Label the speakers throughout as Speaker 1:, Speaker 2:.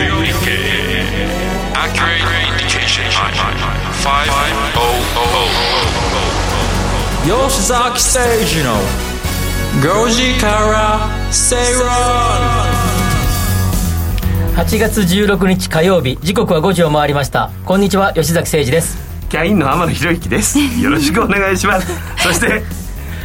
Speaker 1: oh
Speaker 2: 吉崎誠二の5時から正論
Speaker 3: 8月16日火曜日時刻は5時を回りましたこんにちは吉崎誠二です
Speaker 4: キャインの天野博之 ですよろしくお願いしますそして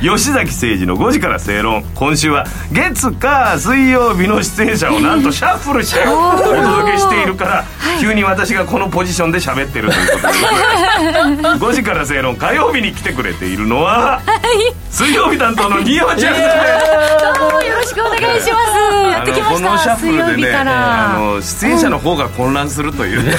Speaker 4: 吉崎誠二の5時から正論今週は月火水曜日の出演者をなん とシャッフルしてお届けしているから急に私がこのポジションで喋ってるということで5時から正論火曜日に来てくれているのは水曜日担当の新山ちゃんです
Speaker 5: どうもよろしくお願いします。やってきま
Speaker 4: こ
Speaker 5: し
Speaker 4: のシャッ
Speaker 5: た。
Speaker 4: フ
Speaker 5: 水曜
Speaker 4: ル
Speaker 5: 日
Speaker 4: でね
Speaker 5: か
Speaker 4: あ
Speaker 5: ら。
Speaker 4: の出演者の方が混乱するという、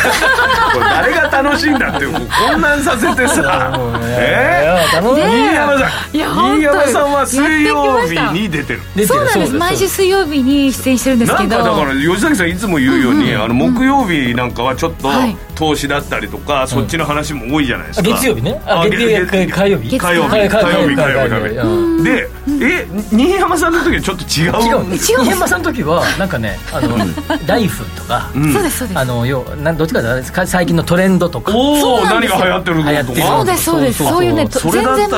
Speaker 4: これ誰が楽しいんだっていう混乱させてさえー
Speaker 3: 頼む
Speaker 4: 新山さん
Speaker 5: いや本
Speaker 4: 新
Speaker 5: 当
Speaker 4: 山さんは水曜日に出てる
Speaker 3: 出てる
Speaker 5: そうなんです毎週水曜日に出演してるんです
Speaker 4: な
Speaker 5: け
Speaker 4: ん
Speaker 5: ど
Speaker 4: かだから吉崎さんいつも言うように、あの木曜日なんかはちょっと
Speaker 5: はい
Speaker 4: 投資だったりとか、そっちの話も多いじゃないです
Speaker 3: あ
Speaker 4: か
Speaker 3: 月曜日ねあ月曜日火曜日
Speaker 5: 月火曜日
Speaker 3: 火曜日
Speaker 4: 火
Speaker 3: 火
Speaker 4: 曜日
Speaker 3: 曜日
Speaker 4: 火曜日
Speaker 3: 火曜日
Speaker 4: で、え新山さんの時はちょっと違
Speaker 3: 違
Speaker 4: う
Speaker 3: う違う
Speaker 5: 違う
Speaker 3: 新山さんの時はなんかねあのライフとか
Speaker 5: そうですそうです
Speaker 3: あの要はなんどっちかというとか最近のトレンドとか
Speaker 4: お
Speaker 5: そ
Speaker 4: お
Speaker 5: うなん
Speaker 4: 何
Speaker 5: です
Speaker 4: が
Speaker 5: よ
Speaker 4: 流行ってる
Speaker 3: 流行
Speaker 4: の
Speaker 3: っ
Speaker 4: と
Speaker 3: てる
Speaker 4: か
Speaker 5: そうですそうです
Speaker 3: そうそうそう
Speaker 5: そういうねと
Speaker 4: それだったら
Speaker 5: 全然全く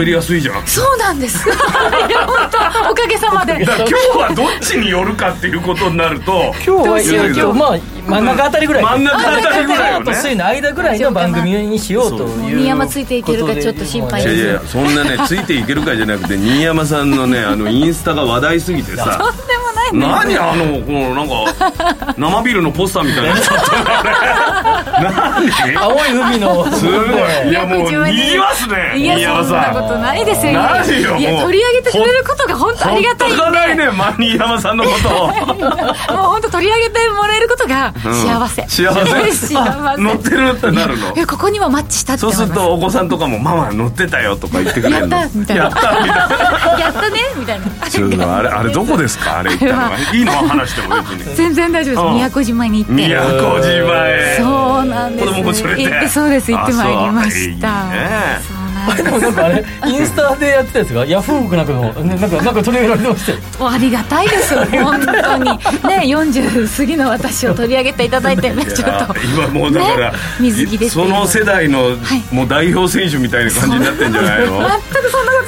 Speaker 4: 喋りやすいじゃんだか
Speaker 5: そうなんですいや本当おかげさまで
Speaker 4: ら今日はどっちによるかっていうことになると
Speaker 3: 今日は
Speaker 4: どうしよう
Speaker 3: 今日
Speaker 4: 今日
Speaker 3: まあ真ん中あたりぐらい
Speaker 4: 真ん中あたりぐらいよ
Speaker 3: と
Speaker 4: ね
Speaker 3: 水の間ぐらいの番組にしようという
Speaker 5: 新山ついていけるかちょっと心配
Speaker 4: い
Speaker 5: で
Speaker 4: や
Speaker 5: す
Speaker 4: いやそんなねついていけるかじゃなくて新山さんのねあのインスタが話題すぎてさ とんでもない何あのこのなんか生ビールのポスターみたいなのちょっとあれ何
Speaker 3: 青い海の
Speaker 4: すごいいやもう
Speaker 5: 自分で
Speaker 4: 似合いますね
Speaker 5: い
Speaker 4: 新
Speaker 5: や
Speaker 4: 山
Speaker 5: そんなこ
Speaker 4: さん
Speaker 5: とないですよ
Speaker 4: ないよ
Speaker 5: いや
Speaker 4: もう
Speaker 5: 取り上げてくれることが本当ありがたい
Speaker 4: ほ
Speaker 5: んで
Speaker 4: っとかないねま新山さんのことを
Speaker 5: もう本当取り上げてもらえることが 幸せ、
Speaker 4: うん幸せ
Speaker 5: 幸 せ
Speaker 4: 乗ってるってな るの
Speaker 5: いやここにもマッチしたって
Speaker 4: そう
Speaker 5: 思
Speaker 4: す
Speaker 5: います
Speaker 4: るとお子さんとかも「ママ乗ってたよ」とか言ってくれるの
Speaker 5: やったみたいな
Speaker 4: やったみたいな
Speaker 5: やったねみたいな
Speaker 4: ちょっとあ れあれどこですかあれ行ったのはいいの話しても別に
Speaker 5: 全然大丈夫です、
Speaker 4: うん
Speaker 5: 宮古島に行って
Speaker 4: 宮古島へ
Speaker 5: そうなんです
Speaker 4: 子供も連れて
Speaker 5: 行ってそうです行ってまいりました
Speaker 4: あそう
Speaker 5: そなんで
Speaker 3: でもなんかあ れインスタでやってたやつがヤフオクなんかのねなんかなんか取り上げられてましたよ
Speaker 5: すありがたいですよ本当にね40過ぎの私を取り上げていただいてね
Speaker 4: ういいね
Speaker 5: ちょっと
Speaker 4: いや今もうだから、
Speaker 5: ね水着です
Speaker 4: その世代の、
Speaker 5: い
Speaker 4: もう代表選手みたいな感じになってんじゃないの
Speaker 5: 全くそんなこ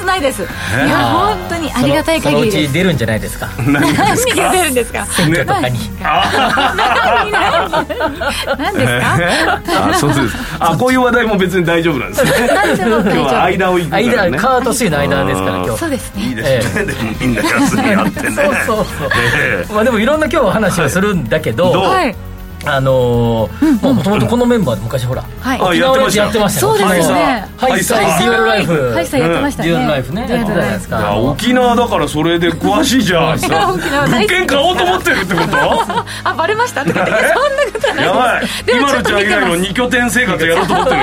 Speaker 5: とないですいや本当にありがたい
Speaker 3: その
Speaker 5: 限り
Speaker 3: そのうち
Speaker 5: です
Speaker 3: 出るんじゃないですか
Speaker 4: 何がです
Speaker 5: 何が
Speaker 4: か
Speaker 5: 出るんですか
Speaker 3: 選挙とかに
Speaker 5: 何何何ですか
Speaker 4: あそうですあこういう話題も別に大丈夫なんですね
Speaker 5: 何でも
Speaker 4: 今日は
Speaker 5: 大丈
Speaker 4: 間を行くから
Speaker 3: 間
Speaker 4: ね
Speaker 3: カートシーの間ですから
Speaker 4: うん
Speaker 3: 今
Speaker 5: 夫
Speaker 3: 日
Speaker 5: そうですね
Speaker 4: いいですね、でもみんな休みあってね
Speaker 3: そうそうそう
Speaker 4: え
Speaker 3: まあでもいろんな今日は話をするんだけど、
Speaker 4: どう
Speaker 5: はい
Speaker 3: あのーもともとこのメンバーで昔ほら、
Speaker 5: はい
Speaker 4: あ
Speaker 3: 沖縄のやつやってました
Speaker 5: そうですよね
Speaker 3: ハイサイデュアルライフ
Speaker 5: はいさんやってましたね
Speaker 3: デュアルライフね
Speaker 5: デュアルライフ
Speaker 4: えいや沖縄だからそれで詳しいじゃん
Speaker 5: 沖縄
Speaker 4: 物
Speaker 5: 大好きです
Speaker 4: 件買おうと思ってるってこと
Speaker 5: あバレましたとか言 ってそんなことはない
Speaker 4: やばい
Speaker 5: でも
Speaker 4: 今
Speaker 5: ちょ
Speaker 4: の
Speaker 5: っ
Speaker 4: ち
Speaker 5: と
Speaker 4: ゃん
Speaker 5: 見
Speaker 4: 以
Speaker 5: て
Speaker 4: 外の
Speaker 5: ます
Speaker 4: 二拠点生活やろうと思ってる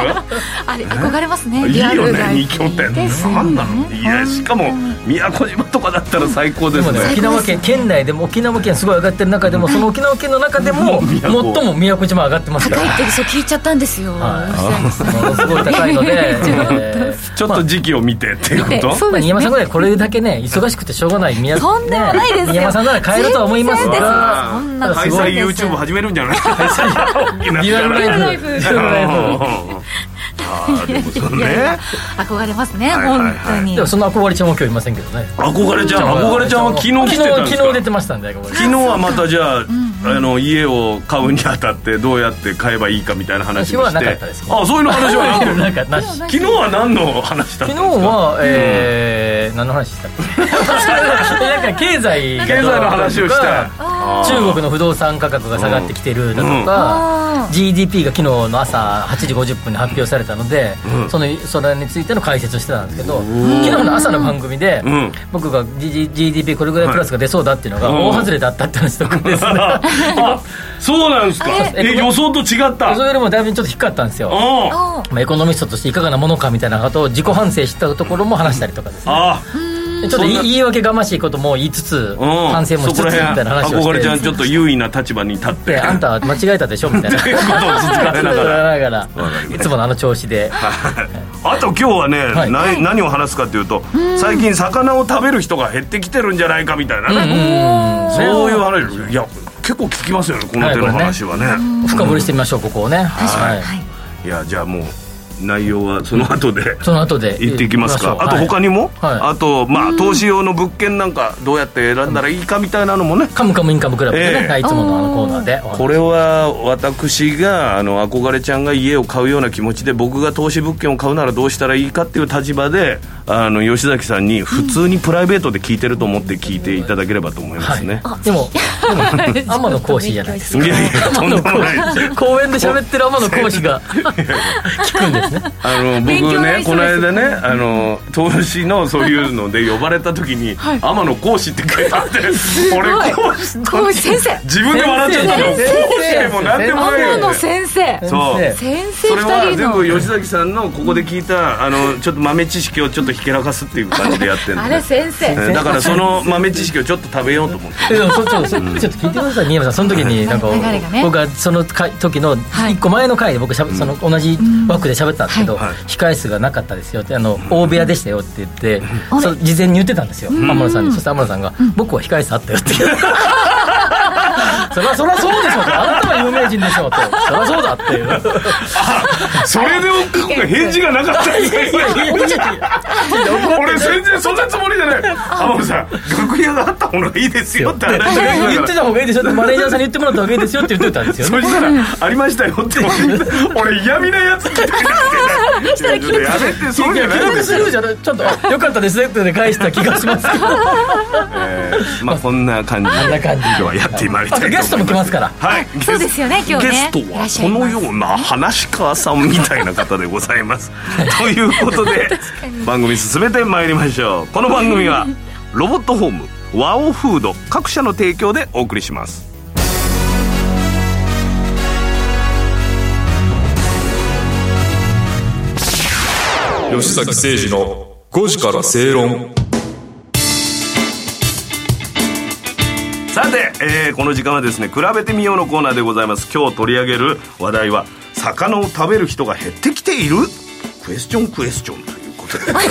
Speaker 5: あれ憧れますね
Speaker 4: いい
Speaker 5: リア
Speaker 4: よ
Speaker 5: ル
Speaker 4: ね
Speaker 5: ライ
Speaker 4: 二
Speaker 5: フ
Speaker 4: 拠点
Speaker 5: ですよね
Speaker 4: なんなのいやしかも宮古島とかだったら最高です
Speaker 3: 今ね
Speaker 4: ね
Speaker 3: 沖縄県県内でも沖縄県すごい上がってる中でもその沖縄県の中でも最も 宮古島上がってますか
Speaker 5: 高
Speaker 3: ら
Speaker 5: いってそう聞いちゃったんですよ
Speaker 3: はいものすごい高いので、 えー
Speaker 4: ちょっと時期を見てっていう
Speaker 5: で
Speaker 4: こと
Speaker 5: そう
Speaker 3: まあ
Speaker 5: で
Speaker 3: 新
Speaker 5: す
Speaker 3: 山さん
Speaker 5: ね
Speaker 3: ぐらいこれだけね忙しくてしょうがない宮
Speaker 5: とんでもないですよ
Speaker 3: 新山さんなら買えるとは思います
Speaker 5: 全然
Speaker 3: が
Speaker 5: そんなこと
Speaker 4: 開
Speaker 5: ない
Speaker 4: 催
Speaker 5: です
Speaker 4: YouTube 始めるんじゃない開催沖縄
Speaker 3: デュアルライフ
Speaker 5: デ
Speaker 3: デュアルライフ
Speaker 4: あーでもそう
Speaker 5: いやい
Speaker 4: ね
Speaker 5: や憧れますね
Speaker 4: はいはいはい
Speaker 5: 本当に
Speaker 3: でもそんな憧れちゃんは今日いませんけどね
Speaker 4: 憧れちゃん憧れちゃんは昨日来てたんです
Speaker 3: 昨日昨日出
Speaker 4: か
Speaker 3: てましたんで憧れちゃん
Speaker 4: 昨日はまたじゃあ,、あの家を買うにあたってどうやって買えばいいかみたいな話も
Speaker 3: 私は
Speaker 4: し
Speaker 3: なか
Speaker 4: て
Speaker 3: ったです
Speaker 4: あそういうの話はなく
Speaker 3: なんかなし
Speaker 4: 昨日は何の話だっ
Speaker 3: 昨
Speaker 4: たん
Speaker 3: 日
Speaker 4: ですか
Speaker 3: は、えー何の話したっ けなんか経済が
Speaker 4: 経済の話をした
Speaker 3: 中国の不動産価格が下がってきてるだとか、GDP が昨日の朝8時50分に発表されたので、そのそれについての解説をしてたんですけど、昨日の朝の番組で、
Speaker 4: ん
Speaker 3: 僕が G- GDP これぐらいプラスが出そうだっていうのが
Speaker 4: はい
Speaker 3: 大外れだったって話とかですね、
Speaker 4: あそうなんですか
Speaker 3: え
Speaker 4: え予想と違った
Speaker 3: それよりもだいぶちょっと低かったんですよ、
Speaker 4: うんあ
Speaker 5: おー
Speaker 3: まあ、エコノミストとしていかがなものかみたいなことを自己反省したところも話したりとかですね
Speaker 4: あ
Speaker 3: ちょっと
Speaker 4: そんな
Speaker 3: 言い言い訳がましいことも言いつつ、
Speaker 4: うん
Speaker 3: 反省もしつつ
Speaker 4: そ
Speaker 3: み
Speaker 4: こら
Speaker 3: たいな話をし
Speaker 4: 辺
Speaker 3: て
Speaker 4: 憧れちゃんちょっと優位な立場に立って
Speaker 3: であんたは間違えたでしょみたいな
Speaker 4: ということをつつかれながら
Speaker 3: なが らいつものあの調子で
Speaker 4: あと今日はね、
Speaker 3: はい
Speaker 4: な何を話すかというと最近魚を食べる人が減ってきてるんじゃないかみたいなねそういう話いや結構聞きますよねこの手の話はね
Speaker 3: 深掘りしてみましょうここをね
Speaker 5: 確かにはい
Speaker 4: いやじゃあもう内容はその後で
Speaker 3: その後で
Speaker 4: 言ってきますか、
Speaker 3: 言い
Speaker 4: あ
Speaker 3: しょ
Speaker 4: と
Speaker 3: う
Speaker 4: 他
Speaker 3: はい
Speaker 4: にも、
Speaker 3: はい
Speaker 4: あとまあ投資用の物件なんかどうやって選んだらいいかみたいなのもね
Speaker 3: カムカムインカムクラブでね、
Speaker 4: ええ
Speaker 3: いつものあのコーナーでお話
Speaker 4: これは私があの憧れちゃんが家を買うような気持ちで僕が投資物件を買うならどうしたらいいかっていう立場であの吉崎さんに普通にプライベートで聞いてると思って聞いていただければと思いますね、
Speaker 3: はい、でもでも天野講師じゃないですか
Speaker 4: い、やい やとんでもないですよ
Speaker 3: 公園で喋ってる天野講師が聞くんですね
Speaker 4: あの
Speaker 5: 勉
Speaker 4: 僕
Speaker 5: 強にな
Speaker 4: ね
Speaker 5: りそ
Speaker 4: こ
Speaker 5: う
Speaker 4: の
Speaker 5: です
Speaker 4: 間ねあの投資のそういうので呼ばれた時に「天野講師」って書いてあって俺講師
Speaker 5: こう先生
Speaker 4: 自分で笑っちゃったの講
Speaker 3: 先
Speaker 4: 師
Speaker 3: 生
Speaker 4: でも何でもない
Speaker 5: 天
Speaker 4: よ
Speaker 5: 野先生
Speaker 4: そう
Speaker 3: 先生
Speaker 5: 先生
Speaker 4: それは
Speaker 5: 二人
Speaker 4: 全
Speaker 5: の
Speaker 4: 部吉崎さんのここで聞いたあのちょっと豆知識をちょっとひけらかすっていう感じでやってる
Speaker 5: あれ先生
Speaker 4: だからその豆知識をちょっと食べようと思って
Speaker 3: えでもそちょっとそちょっと聞いてください新山さんその時になんか
Speaker 5: 流れがね
Speaker 3: 僕はその回時の
Speaker 5: い
Speaker 3: 1個前の回で僕しゃべその同じ枠で喋ったんですけど
Speaker 4: はい
Speaker 3: 控え室がなかったですよってあの大部屋でしたよって言って
Speaker 5: あれ
Speaker 3: そう事前に言ってたんですよ天野さんにそして天野さんが「僕は控え室あったよ」って言って。そりゃそりゃそうでしょうとあなたは有名人でしょうとそりゃそうだっていう
Speaker 4: それで僕が返事がなかったんですよ俺全然そんなつもりじゃない天野さん楽屋があった方がいいですよって話が今
Speaker 3: 言
Speaker 4: か
Speaker 3: って
Speaker 4: ら
Speaker 3: た方がいいでしょってマネージャーさんに言ってもらった方がいいですよって言ってたんですよね
Speaker 4: そしたら「ありましたよ」って俺嫌味なやつみたいになってたやめてそう
Speaker 3: い
Speaker 4: じゃ
Speaker 3: や
Speaker 4: ない
Speaker 3: 記
Speaker 4: んで
Speaker 3: 録
Speaker 4: す
Speaker 3: す
Speaker 4: よ
Speaker 3: るじゃないちょっとあよかったですねって返した気がしますけど
Speaker 4: えーまあこんな感じで
Speaker 3: んな感じで
Speaker 4: 今日はやってまいりたいと思います
Speaker 3: あとゲストも来ますから
Speaker 4: はいゲス
Speaker 5: そうですよね今日ね
Speaker 4: ゲスト
Speaker 5: いら
Speaker 4: は
Speaker 5: っしゃい
Speaker 4: こ
Speaker 5: ます
Speaker 4: のような話川さんみたいな方でございますということで番組進めてまいりましょうこの番組はロボットホームワオフード各社の提供でお送りします
Speaker 2: 吉崎誠二の5時から正論
Speaker 4: さて、えーこの時間はですね「比べてみよう」のコーナーでございます今日取り上げる話題は「魚を食べる人が減ってきている?」クエスチョンクエスチョンということで
Speaker 5: 二回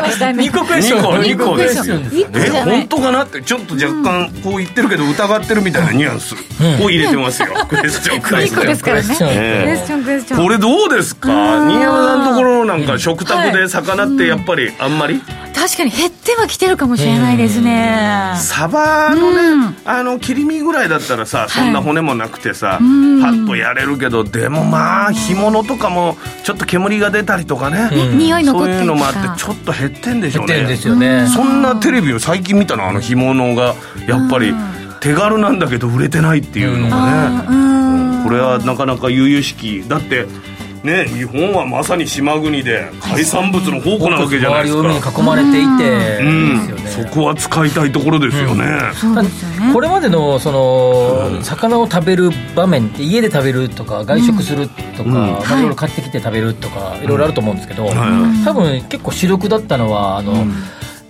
Speaker 5: はしたい
Speaker 3: 二個クエスチョン
Speaker 4: 二個二個です
Speaker 5: よ
Speaker 3: 二個
Speaker 5: 二個
Speaker 4: え
Speaker 5: じゃない
Speaker 4: 本当かなってちょっと若干こう言ってるけど疑ってるみたいなニュアンスを入れてますよ、クエスチョンクエ
Speaker 5: 二
Speaker 4: スチ
Speaker 5: 個
Speaker 4: ョ
Speaker 5: で
Speaker 4: ン
Speaker 5: すからね
Speaker 3: クエスチョン
Speaker 5: クエスチョンクエスチョン
Speaker 4: これどうですか新山さんのところなんか食卓で魚ってやっぱりあんまり、
Speaker 5: 確かに減ってはきてるかもしれないですね
Speaker 4: サバのねあの切り身ぐらいだったらさそんな骨もなくてさ、パッとやれるけどでもまあ干物とかもちょっと煙が出たりとかね、
Speaker 5: 匂い残
Speaker 4: そう
Speaker 5: って
Speaker 4: いう
Speaker 5: る
Speaker 4: の
Speaker 5: と
Speaker 4: もあって
Speaker 5: か
Speaker 4: ちょっと減ってんでしょ
Speaker 3: 言
Speaker 4: う
Speaker 3: ってる
Speaker 4: ね
Speaker 3: んですよね
Speaker 4: そんなテレビを最近見たなあの干物がやっぱり手軽なんだけど売れてないっていうのがね、これはなかなか悠々しきだってね日本はまさに島国で海産物の宝庫なわけじゃないです
Speaker 3: 周り海に
Speaker 4: か、
Speaker 3: 囲まれていて
Speaker 4: うん
Speaker 3: です
Speaker 4: そ
Speaker 3: よね
Speaker 4: こは使いたいところですよね、
Speaker 5: そうですよね
Speaker 3: これまでのその魚を食べる場面って家で食べるとか外食するとか
Speaker 4: ん
Speaker 3: まあいろいろ買ってきて食べるとかいろいろあると思うんですけど
Speaker 4: ん
Speaker 3: 多分結構主力だったのはあの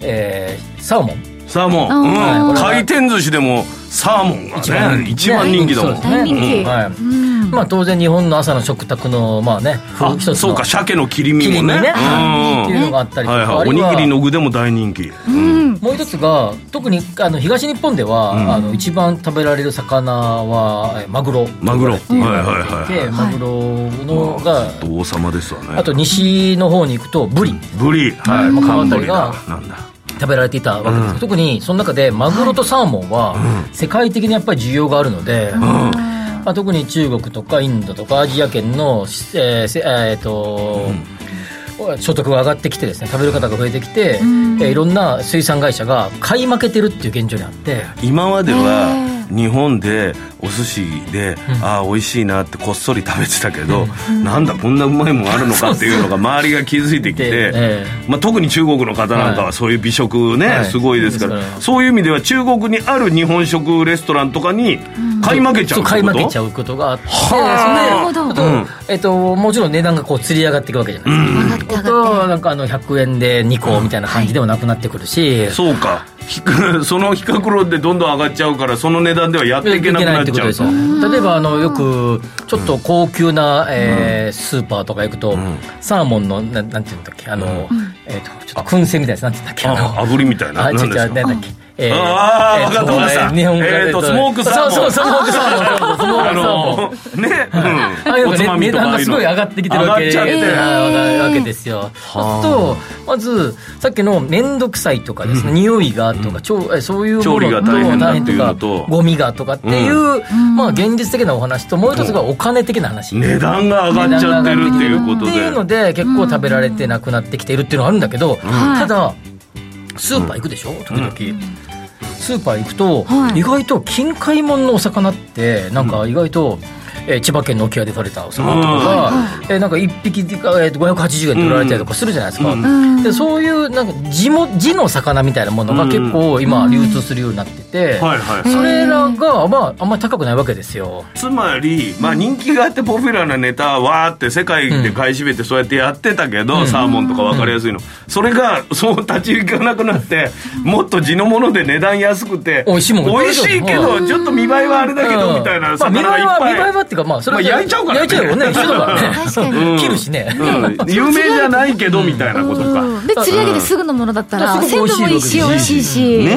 Speaker 3: えーサーモン
Speaker 4: サーモン、
Speaker 5: あー
Speaker 4: うん回転寿司でもサーモン
Speaker 3: 一番人
Speaker 4: がね
Speaker 3: 気
Speaker 4: 一番人気だもん、
Speaker 3: そうですね
Speaker 5: 大人気
Speaker 3: はいまあ当然日本の朝の食卓のまあね
Speaker 4: あ
Speaker 3: 一つの
Speaker 4: そうか鮭の切り身
Speaker 3: 切り
Speaker 4: も
Speaker 3: 身
Speaker 4: ね
Speaker 3: ね
Speaker 4: うん
Speaker 3: っていうのがあったりと
Speaker 4: はい
Speaker 3: か
Speaker 4: は
Speaker 3: あ
Speaker 4: い、お
Speaker 3: るい
Speaker 4: に
Speaker 3: は
Speaker 4: ぎりの具でも大人気、うん
Speaker 3: もう一つが特にあの東日本では、あの一番食べられる魚はえマグロ
Speaker 4: マグロ
Speaker 3: って言われてい
Speaker 4: はいはいはいは
Speaker 3: て
Speaker 4: い
Speaker 3: マグロのが
Speaker 4: 王様ですわね
Speaker 3: あと西の方に行くとブリ
Speaker 4: ブリはい
Speaker 3: うん
Speaker 4: 寒ブリ
Speaker 3: この
Speaker 4: だ
Speaker 3: 辺り
Speaker 4: なんだ
Speaker 3: 食べられていたわけですけど、
Speaker 4: うん
Speaker 3: 特にその中でマグロとサーモンは世界的にやっぱり需要があるので、まあ、特に中国とかインドとかアジア圏の、えーせえーと所得が上がってきてですね食べる方が増えてきて、えーいろんな水産会社が買い負けてるっていう現状にあって。
Speaker 4: 今までは日本でお寿司で、ああ美味しいなってこっそり食べてたけど、なんだこんなうまいもんあるのかっていうのが周りが気づいてきて、
Speaker 3: でええ
Speaker 4: まあ、特に中国の方なんかはそういう美食ね、
Speaker 3: はい
Speaker 4: すごいですから、
Speaker 3: そうですね
Speaker 4: そういう意味では中国にある日本食レストランとかに買い負けちゃう
Speaker 3: そう買い負けちゃ
Speaker 4: う
Speaker 3: うことがあって
Speaker 5: は
Speaker 3: そ
Speaker 5: あ
Speaker 3: れで
Speaker 5: なるほど
Speaker 3: あとえっともちろん値段がこうつり上がっていくわけじゃないですか、
Speaker 5: 上がって上がっ
Speaker 3: となんかあの100円で2個みたいな感じでもなくなってくるし、
Speaker 4: そうかひ その比較論でどんどん上がっちゃうからその値段ではやっていけなくなっちゃうと
Speaker 3: 例えばあのよくちょっと高級な、えースーパーとか行くと、サーモンのななんていうんだっけあの、えっとちょっと燻製みたいなやつなんていうんだっけあ
Speaker 4: あ
Speaker 3: の
Speaker 4: 炙りみたいな
Speaker 3: あ違う違う
Speaker 4: 何で
Speaker 3: なん
Speaker 4: すか
Speaker 3: だっけえー
Speaker 4: あー
Speaker 3: えー
Speaker 4: わかったわかった
Speaker 3: と日本語で
Speaker 4: えーとスモークサーモン
Speaker 3: そうそうスモークサ ーモンそうそうスモー
Speaker 4: あ
Speaker 3: クサーモン
Speaker 4: のね、
Speaker 3: ああいうの
Speaker 4: うん、お
Speaker 3: が
Speaker 4: つま
Speaker 3: ね
Speaker 4: み
Speaker 3: 値
Speaker 4: と
Speaker 3: 段
Speaker 4: かああ
Speaker 3: が
Speaker 4: いう
Speaker 3: す
Speaker 4: の
Speaker 3: ごい上がってきてるわけ
Speaker 4: 上がっちゃって
Speaker 3: えー上がるわけですよ。そうするとまずさっきの面倒くさいとかですね、匂いがとか、ちょうえそういうもの
Speaker 4: 調理が大変だっていうのと
Speaker 3: 大変ゴミがとかっていう、まあ現実的なお話ともう一つがお金的な話。
Speaker 4: 値段が上がっちゃってるっていうこと
Speaker 3: っていうの
Speaker 4: で
Speaker 3: で結構食べられてなくなってきているっていうのはあるんだけど、ただスーパー行くでしょ時々、スーパー行くと、
Speaker 5: はい
Speaker 3: 意外と近海門のお魚ってなんか意外と、えー千葉県の沖合で取れたお魚とかが、えーなんか1匹が、えー、580円で売られたりとかするじゃないですか、
Speaker 5: ん
Speaker 3: でそういうなんか地も地の魚みたいなものが結構今流通するようになってて、
Speaker 4: はいはい
Speaker 3: それらが、まあ、あんまり高くないわけですよ
Speaker 4: つまり、まあ、人気があってポピュラーなネタはわーって世界で買い占めてそうやってやってたけど、サーモンとか分かりやすいの、それがそう立ち行かなくなってもっと地のもので値段安くて
Speaker 3: 美味しいもん
Speaker 4: 美味しいけ
Speaker 3: う
Speaker 4: どちょっと見栄えはあれだけどみたいな
Speaker 3: まあ、見栄え
Speaker 4: 魚がいっ
Speaker 3: は
Speaker 4: ぱい、
Speaker 3: 見栄えはっていうかまあそれは
Speaker 4: まあ焼いちゃうからね
Speaker 3: 焼いちゃうよ ね一緒だからね
Speaker 5: 確かに
Speaker 3: 切るしね、
Speaker 4: うん有名じゃないけどみたいなことか、
Speaker 5: うんで釣り上げてすぐのものだったら
Speaker 3: うん
Speaker 5: 鮮度もいいし美
Speaker 3: うん
Speaker 5: 味しいし
Speaker 4: ね
Speaker 5: ね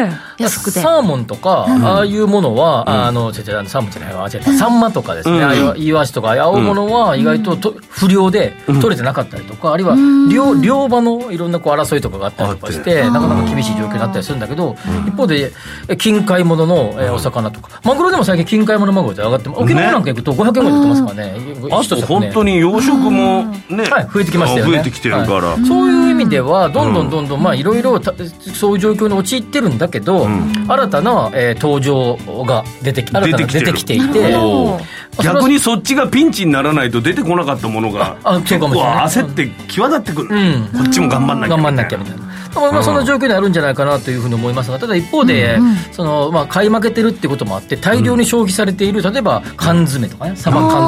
Speaker 4: え
Speaker 5: え安くて
Speaker 3: サーモンとか、ああいうものは、あの、違う違うあのサーモンじゃないわ、違う、サンマとかですね、
Speaker 4: うん
Speaker 3: ああいうイワシとか、ああいうものは意外とと不良で取れてなかったりとか、あるいは漁漁場のいろんなこう争いとかがあったりとかして、なかなか厳しい状況になったりするんだけど、一方で、え近海物のえお魚とか、マグロでも最近近海物マグロで上がってます、沖縄なんか行くと500円ぐらいで売ってますからね、
Speaker 4: あ
Speaker 3: 一つ
Speaker 4: と
Speaker 3: ね
Speaker 4: 本当に養殖もね、
Speaker 3: はい、増えてきましたよね
Speaker 4: 増えてきてるから、
Speaker 3: はいそういう意味ではどんどんどんどんまあいろいろたそういう状況に陥ってるんだけど、新たな、えー登場が出てき新たな出てきていて
Speaker 4: おー
Speaker 3: あそれは
Speaker 4: 逆にそっちがピンチにならないと出てこなかったものが
Speaker 3: あそうかもしれない
Speaker 4: 結構焦って際立ってくる、
Speaker 3: うん
Speaker 4: こっちも頑張んなきゃ
Speaker 3: 頑張んなきゃみたいな。だからまあそんな状況にあるんじゃないかなというふうに思いますがただ一方で、そのまあ、買い負けてるってこともあって大量に消費されている例えば缶詰とかねサバ缶とか、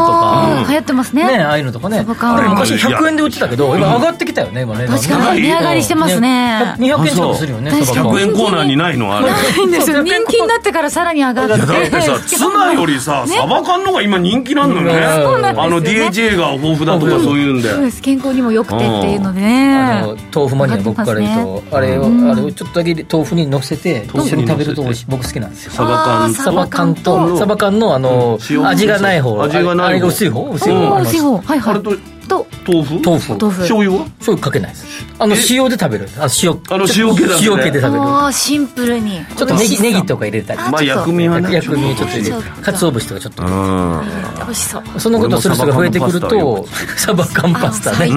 Speaker 5: あー流行ってます
Speaker 3: ね
Speaker 5: ね
Speaker 3: ああいうのとかね
Speaker 5: サバ缶
Speaker 3: あれ昔100円で売ってたけど今上がってきたよね今ね
Speaker 5: 確かに値上がりしてますね
Speaker 3: 200円近くするよね
Speaker 5: あそう
Speaker 3: サバ缶
Speaker 4: 100円コーナーにないのあれ
Speaker 5: ないんですよ人気になってからさらに上がって
Speaker 4: だ ってさツナよりさ、サバ缶の方が今人気なんのよね
Speaker 3: うんそうなんですよね
Speaker 4: あの DHA が豊富だとかそういうんで、
Speaker 5: そうです健康にも良くてっていうので
Speaker 3: あ
Speaker 5: ね
Speaker 3: の豆腐マニアの僕から言うと、あれをあれをちょっとだけ豆腐に乗せて一緒に食べると美味しい僕好きなんですよ
Speaker 4: サバ缶
Speaker 3: サバ缶とサバ缶のあの、
Speaker 4: 塩
Speaker 3: 味がない方
Speaker 4: 味がな
Speaker 3: あ
Speaker 4: い方
Speaker 3: れあれが薄い方薄い
Speaker 5: お
Speaker 3: 方
Speaker 5: ー美味しい方はい
Speaker 4: あ
Speaker 5: は
Speaker 4: れと
Speaker 5: いと
Speaker 4: 豆腐
Speaker 3: 豆腐
Speaker 5: 豆腐
Speaker 4: 醤油は
Speaker 3: 醤油かけないですあの塩で食べるあの塩
Speaker 4: あの塩気だね
Speaker 3: ちょっと塩気で食べる
Speaker 5: あーシンプルに
Speaker 3: ちょっとネギネギと
Speaker 5: か
Speaker 3: か入れたり
Speaker 5: あ
Speaker 4: まあ
Speaker 5: ちょっと
Speaker 4: 薬味はね
Speaker 3: 薬味ちょっと入れ
Speaker 5: ちょ
Speaker 3: て
Speaker 5: っと
Speaker 3: 鰹節とかちょっと
Speaker 4: うん
Speaker 5: 美味しそう
Speaker 3: そんなことする人が増えてくる
Speaker 4: 俺も
Speaker 3: とサバ缶パスタね
Speaker 5: 最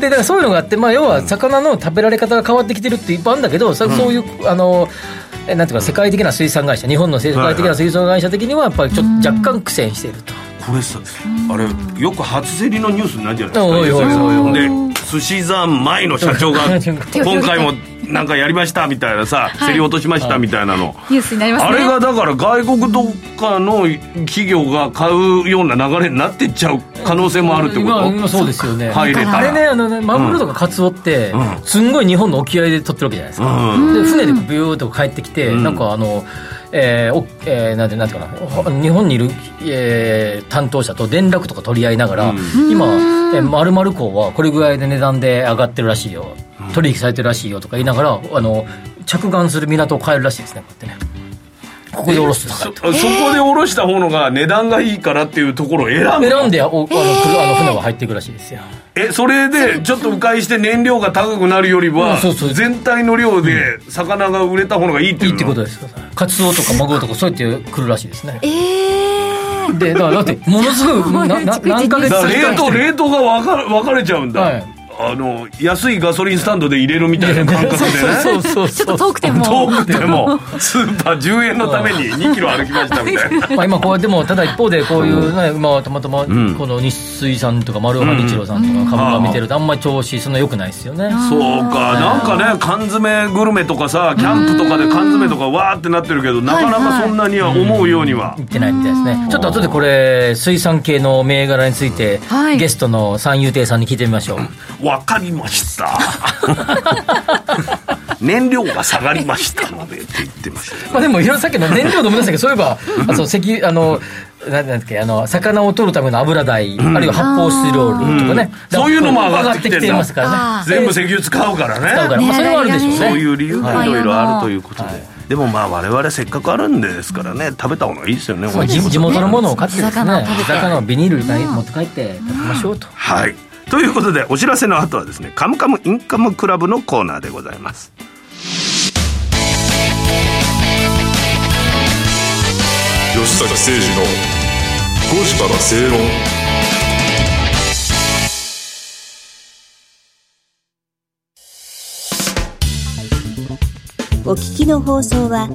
Speaker 3: でだからそういうのがあって、まあ、要は魚の食べられ方が変わってきてるっていっぱいあるんだけど、さそういうあのえなんていうか世界的な水産会社日本の世界的な水産会社的にはやっぱりちょっと若干苦戦していると、
Speaker 4: これさあれよく初競りのニュースになるじゃない
Speaker 3: おいおい
Speaker 4: ですか
Speaker 3: おいおい
Speaker 4: で寿司三昧の社 長が今回もなんかやりましたみたいなさ競り落としましたみたいなの、
Speaker 5: ニュースになりますね
Speaker 4: あれがだから外国どっかの企業が買うような流れになってっちゃう可能性もあるってこと
Speaker 3: 今今そうですよね
Speaker 4: 入れたら
Speaker 3: あれねあのねマグロとかカツオって、
Speaker 4: うん
Speaker 3: すんごい日本の沖合で取ってるわけじゃないですか、
Speaker 4: うん
Speaker 3: で船でビューッと帰ってきて、
Speaker 4: ん
Speaker 3: なんかあの、えーおえーなんてなんていうかな日本にいる、えー担当者と連絡とか取り合いながら、
Speaker 4: うん
Speaker 3: 今、えー、丸々港はこれぐらいで値段で上がってるらしいよ、取引されてるらしいよとか言いながらあの着岸する港を変えるらしいですねこうやってねここで下ろすとか
Speaker 4: そ
Speaker 3: って
Speaker 4: そこで下ろした方のが値段がいいからっていうところを選ぶ
Speaker 3: 選んでおあの,、あの船が入っていくらしいですよ
Speaker 4: えそれでちょっと迂回して燃料が高くなるより
Speaker 3: う
Speaker 4: は
Speaker 3: んそうそう
Speaker 4: 全体の量で魚が売れた方がいいって
Speaker 3: い
Speaker 4: いう
Speaker 3: いってこと
Speaker 4: で
Speaker 3: ですカツオとかマグロとかそうやって来るらしいですね
Speaker 5: えー
Speaker 3: でだからだってものすごいなな何ヶ月
Speaker 4: だから冷
Speaker 3: 先
Speaker 4: 凍冷凍が分かれ分かれちゃうんだ、
Speaker 3: はい
Speaker 4: あの安いガソリンスタンドで入れるみたいな感覚でね
Speaker 3: そうそう
Speaker 5: ちょ
Speaker 3: そ
Speaker 5: っと
Speaker 3: う
Speaker 5: 遠くて
Speaker 4: 遠
Speaker 5: も
Speaker 4: くてもスーパー10円のために2キロ歩きましたみた いな
Speaker 3: まあ今こうやってもただ一方でこういうね、まあ、たまたまこの日水さんとか丸岡日郎さんとか株価見てるとあんまり調子そんな良くないですよね
Speaker 4: そうかなんかね缶詰グルメとかさキャンプとかで缶詰とかわーってなってるけどなかなかそんなには思うようには、
Speaker 3: いってないみたいですねちょっと後でこれ水産系の銘柄について、
Speaker 5: はい
Speaker 3: ゲストの三遊亭さんに聞いてみま しょう
Speaker 4: わかりました 燃料が下がりましたのでって言ってました
Speaker 3: まあでもいろいろさっきの燃料の思い出したけどそういえばあそう石油あのなんなんだっけあの魚を取るための油代、あるいは発泡スチロールとかね、
Speaker 4: うんそういうのも上がってきてんだ
Speaker 3: 上いますから
Speaker 5: あ
Speaker 3: ね
Speaker 5: ー
Speaker 4: 全部
Speaker 3: 使
Speaker 4: 石油使うからね
Speaker 3: うから、まあ、それはあるでしょうね
Speaker 4: そういう理由がいろいろあるということで、
Speaker 3: はい
Speaker 4: でもまあ我々せっかくあるんですからね食べた方がいいですよね
Speaker 3: まあ、地地元のものを買ってですね
Speaker 5: 魚を食べて
Speaker 3: 魚をビニールに持って帰って食べましょうと、
Speaker 4: はいということでお知らせの後はですね「カムカムインカムクラブ」のコーナーでございます
Speaker 1: 吉崎誠二の5時から正論
Speaker 6: お聞きの放送は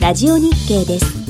Speaker 6: ラジオ日経です。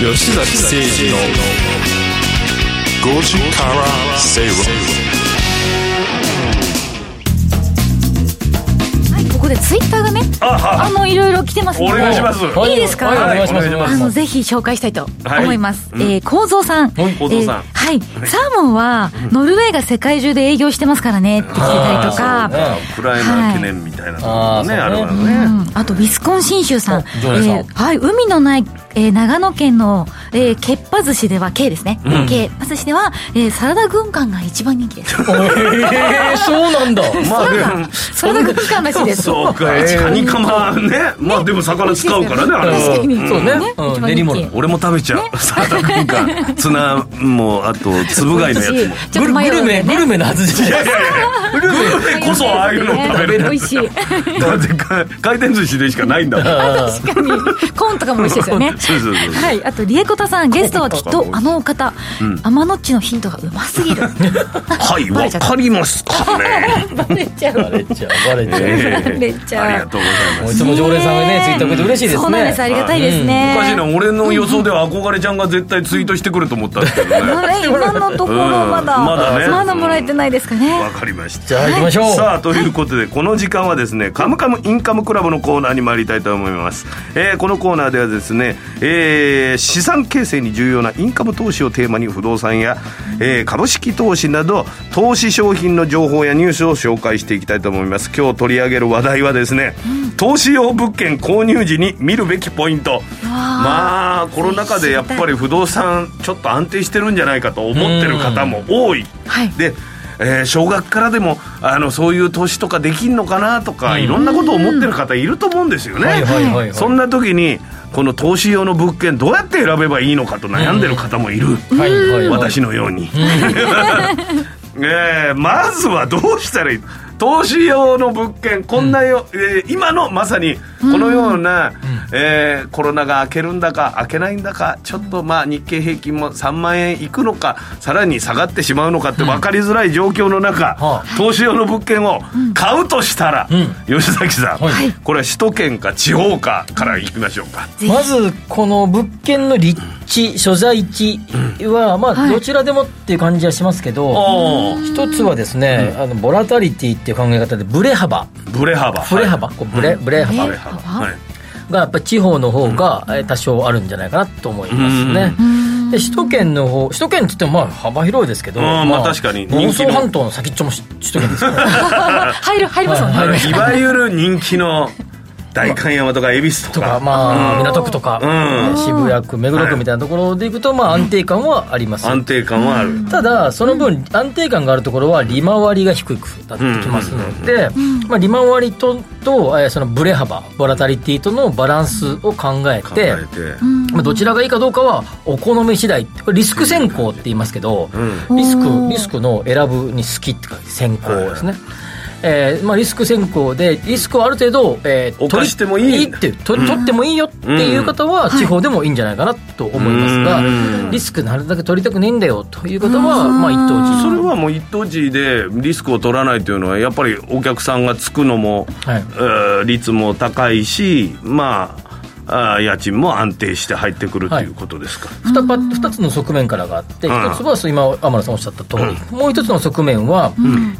Speaker 1: 吉崎誠二の5時から正論
Speaker 5: はい、ここでツイッターがね、あのいろいろ来てますね。
Speaker 4: お願いします
Speaker 5: いいですか
Speaker 3: はいお願いします、
Speaker 4: はいお願いしま
Speaker 5: あのぜひ紹介したいと
Speaker 4: はい
Speaker 5: 思います。
Speaker 4: うん
Speaker 5: えー、構造さん。
Speaker 3: はい
Speaker 4: 構造さん
Speaker 5: えーはい。サーモンは、ノルウェーが世界中で営業してますからねって来てたりと
Speaker 3: あーそうね
Speaker 4: ウ
Speaker 5: か、
Speaker 4: クライナ記念みたいなとこ
Speaker 3: は
Speaker 4: ろもね、
Speaker 3: い
Speaker 4: あ
Speaker 3: あー
Speaker 4: れ
Speaker 3: そうね
Speaker 4: はね、
Speaker 5: うんあとウィスコンシン州さん、
Speaker 3: ジョネさん
Speaker 5: はい、海のない、えー長野県の、えー、けっぱ寿司では K ですね、けっぱ寿司では、えーサラダ軍艦が一番人気 です
Speaker 3: えー、そうなん だ
Speaker 4: まあでも
Speaker 5: サラダ軍艦らしいです
Speaker 4: そうか、えカニカマねまあでも魚使うからねあれ
Speaker 3: 確
Speaker 4: は
Speaker 3: かにそうねうん
Speaker 5: 一番人気
Speaker 3: 練り物
Speaker 4: 俺も食べちゃう、サラダ軍艦ツナもあとつぶ貝のやつも
Speaker 5: ちょ
Speaker 3: グル
Speaker 5: っと迷
Speaker 3: グル
Speaker 5: う
Speaker 3: メ
Speaker 5: よ
Speaker 3: グ
Speaker 5: ね
Speaker 3: ルメのはずじゃ ないですか
Speaker 4: グルメこそああいうの食べる
Speaker 5: 美味しい 確
Speaker 4: だってか回転寿司でしかないんだもん
Speaker 5: かにコーンとかも美味しいですよね
Speaker 4: そうそうそう
Speaker 5: はい、あとリエコタさんゲストはきっとあのお方、天のっちのヒントがうます ぎる
Speaker 4: はいわかりますかね、
Speaker 5: バレちゃう
Speaker 3: バレちゃうバレちゃう、
Speaker 4: ええ
Speaker 5: めっちゃ
Speaker 4: ありがとうございま
Speaker 3: もう
Speaker 4: す
Speaker 3: いつも常連さんがねツイッターくれて嬉しいですね
Speaker 5: そうなんですありがたいですね、
Speaker 4: おかしいな俺の予想では憧れちゃんが絶対ツイートしてくると思ったんですけどね
Speaker 5: ま
Speaker 4: わ
Speaker 5: だ今のところまだ、
Speaker 4: うん まだね
Speaker 5: もらえてないですかね。
Speaker 4: かりました
Speaker 3: じゃあ行きましょう、
Speaker 4: さあということでこの時間はですね「カムカムインカムクラブ」のコーナーに参りたいと思います、えーこのコーナーではですね、えー資産形成に重要なインカム投資をテーマに不動産や、えー株式投資など投資商品の情報やニュースを紹介していきたいと思います今日取り上げる話題はですね、投資用物件購入時に見るべきポイントまあコロナ禍でやっぱり不動産ちょっと安定してるんじゃないかと思ってる方も多い、
Speaker 5: はい。
Speaker 4: で、えー小学からでもあのそういう投資とかできんのかなとか、いろんなことを思ってる方いると思うんですよね、
Speaker 3: はいはいはいはい
Speaker 4: そんな時にこの投資用の物件どうやって選べばいいのかと悩んでる方もいる、
Speaker 3: はいはいはい
Speaker 4: 私のように、 えーまずはどうしたらいい投資用の物件こんなよ、えー今のまさにこのような、えーコロナが明けるんだか明けないんだかちょっとまあ日経平均も3万円いくのかさらに下がってしまうのかって分かりづらい状況の中、
Speaker 3: は
Speaker 4: 投資用の物件を買うとしたら、吉崎さん、
Speaker 3: はい
Speaker 4: これは首都圏か地方かからいきましょうか。
Speaker 3: まずこの物件の立地所在地はまあ
Speaker 5: はい
Speaker 3: どちらでもっていう感じはしますけど
Speaker 4: おー
Speaker 3: 一つはですねあのボラタリティっていう考え方でブレ幅
Speaker 4: ブレ幅
Speaker 3: ブレ幅こうブレブレ
Speaker 5: え
Speaker 3: 幅
Speaker 4: ブレ幅はい
Speaker 3: がやっぱり地方の方がえー多少あるんじゃないかなと思いますねで首都圏の方首都圏って言ってもまあ幅広いですけど
Speaker 4: うんまあ
Speaker 3: あ
Speaker 4: 確かに
Speaker 3: 房
Speaker 4: 人気
Speaker 3: 総
Speaker 4: の
Speaker 3: 半島の 先っちょもし首都圏ですから
Speaker 5: 入る、入りますもんね。
Speaker 3: はい
Speaker 4: いわゆる人気の代官山とか恵比寿と
Speaker 3: と
Speaker 4: か
Speaker 3: か、まあ、港区とか、
Speaker 4: うん
Speaker 3: ね渋谷区、目黒区みたいなところでいくと、まあ、安定感はあります。
Speaker 4: 安定感はある、
Speaker 3: ただ、その分、安定感があるところは、利回りが低くなってきますので、まあ、利回りと、と、えーそのブレ幅、ボラタリティとのバランスを考え
Speaker 4: 考
Speaker 3: て
Speaker 4: え、て、
Speaker 3: まあ、どちらがいいかどうかは、お好み次第。これリスク選考って言いますけど、
Speaker 4: う
Speaker 3: リス
Speaker 5: お
Speaker 3: ク、
Speaker 5: ー
Speaker 3: リスクの選ぶに好きって書いて、選考ですね。えーまあ、リスク選考で、リスクをある程度、えー
Speaker 4: 犯してもい
Speaker 3: 取
Speaker 4: い
Speaker 3: りっていう取り取ってもいいよっていう方は、地方でもいいんじゃないかなと思いますが、
Speaker 4: うん
Speaker 3: リスクなるだけ取りたくねえんだよという方は、まあ、一等地。
Speaker 4: それはもう一等地でリスクを取らないというのはやっぱりお客さんがつくのも、
Speaker 3: はい
Speaker 4: えー率も高いしまああー家賃も安定して入ってくるということですか、
Speaker 3: 二パ二つの側面からがあって、一
Speaker 4: ん
Speaker 3: つはそう今、天野さんおっしゃった通り、もう一つの側面は、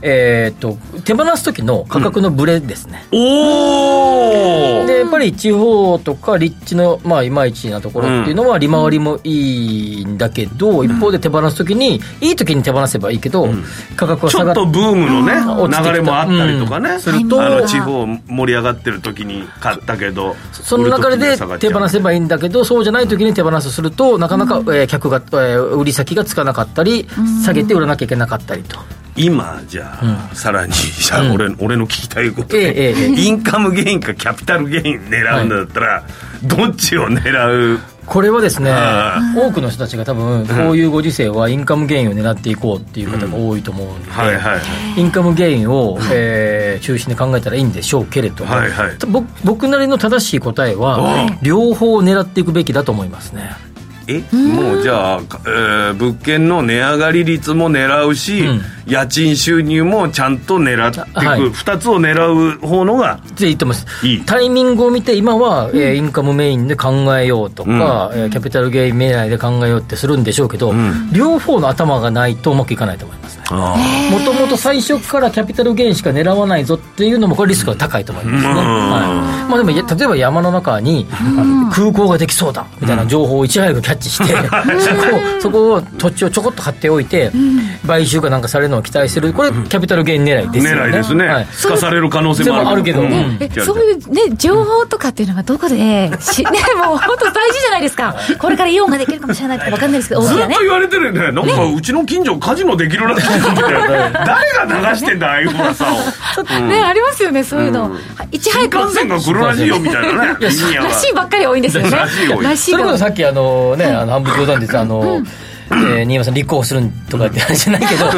Speaker 3: えーっと、手放す時の価格のブレですね。
Speaker 4: おお
Speaker 3: でやっぱり地方とか立地の、まあ、いまいちなところっていうのは利回りもいいんだけど、一方で手放す時にいい時に手放せばいいけど、価格は
Speaker 4: ち
Speaker 3: 下
Speaker 4: ょ
Speaker 3: が
Speaker 4: っ
Speaker 3: って
Speaker 4: とブームの
Speaker 3: 落ち
Speaker 4: ね
Speaker 3: てきた
Speaker 4: 流れもあったりとかね、
Speaker 3: うんすると
Speaker 4: あの地方盛り上がってる時に買ったけど
Speaker 3: その中で手放せばいいんだけど、そうじゃない時に手放すすると、なかなか、えー客が、えー売り先がつかなかったり、下げて売らなきゃいけなかったりと。
Speaker 4: 今じゃあ、さらにじゃあ俺,、俺の聞きたいこと、
Speaker 3: ええええええ
Speaker 4: インカムゲインかキャピタルゲイン狙うんだったら、どっちを狙う
Speaker 3: これはですね
Speaker 4: あ、
Speaker 3: 多くの人たちが多分、こういうご時世はインカムゲインを狙っていこうっていう方が多いと思うんで、
Speaker 4: はいはい
Speaker 3: インカムゲインを、えー中心に考えたらいいんでしょうけれども、
Speaker 4: はいはい
Speaker 3: と僕僕なりの正しい答えは
Speaker 4: うん、
Speaker 3: 両方を狙っていくべきだと思いますね。
Speaker 4: えもうじゃあ、かえー物件の値上がり率も狙うし、
Speaker 3: うん
Speaker 4: 家賃収入もちゃんと狙っていく、
Speaker 3: はい
Speaker 4: 2つを狙う方のが
Speaker 3: って言ってます
Speaker 4: いい
Speaker 3: タイミングを見て今は、えーインカムメインで考えようとか、えーキャピタルゲイン狙いで考えようってするんでしょうけど、両方の頭がないとうまくいかないと思いますねもともと最初からキャピタルゲインしか狙わないぞっていうのもこれリスクが高いと思いますね、はいまあ、でもいや例えば山の中に空港ができそうだみたいな情報をいち早くキャッチして、そこをそこを土地をちょこっと買っておいて、買収かなんかされるのを期待するこれキャピタルゲイン狙いですよね
Speaker 4: 狙いですね、
Speaker 3: はい
Speaker 4: すかされる可能性もある
Speaker 3: でもあるけど
Speaker 4: う
Speaker 3: ね
Speaker 4: ん
Speaker 5: え
Speaker 4: じゃあ
Speaker 5: そういうね、情報とかっていうのがどこで、し、ね、 もう本当大事じゃないですか。これからイオンができるかもしれないとかわかんないですけど、大
Speaker 4: ず
Speaker 5: き
Speaker 4: っ
Speaker 5: な
Speaker 4: と
Speaker 5: ね。
Speaker 4: 言われてるよねなんかうちの近所カジノできるらしいぞみたいな誰が流してんだああいう噂を
Speaker 5: ね、ありますよね、そういうの。はいち早く。
Speaker 4: 幹線が来るらしいよみ たいなね
Speaker 3: いや
Speaker 4: リニアは
Speaker 5: らしいばっかり多いんですよね。
Speaker 4: らしい多い
Speaker 5: らしい
Speaker 3: それこ
Speaker 5: が
Speaker 3: そさっきあのね、あの半分冗談で言ってたあの、えー新山さん立候補するんとかって話じゃないけど、せ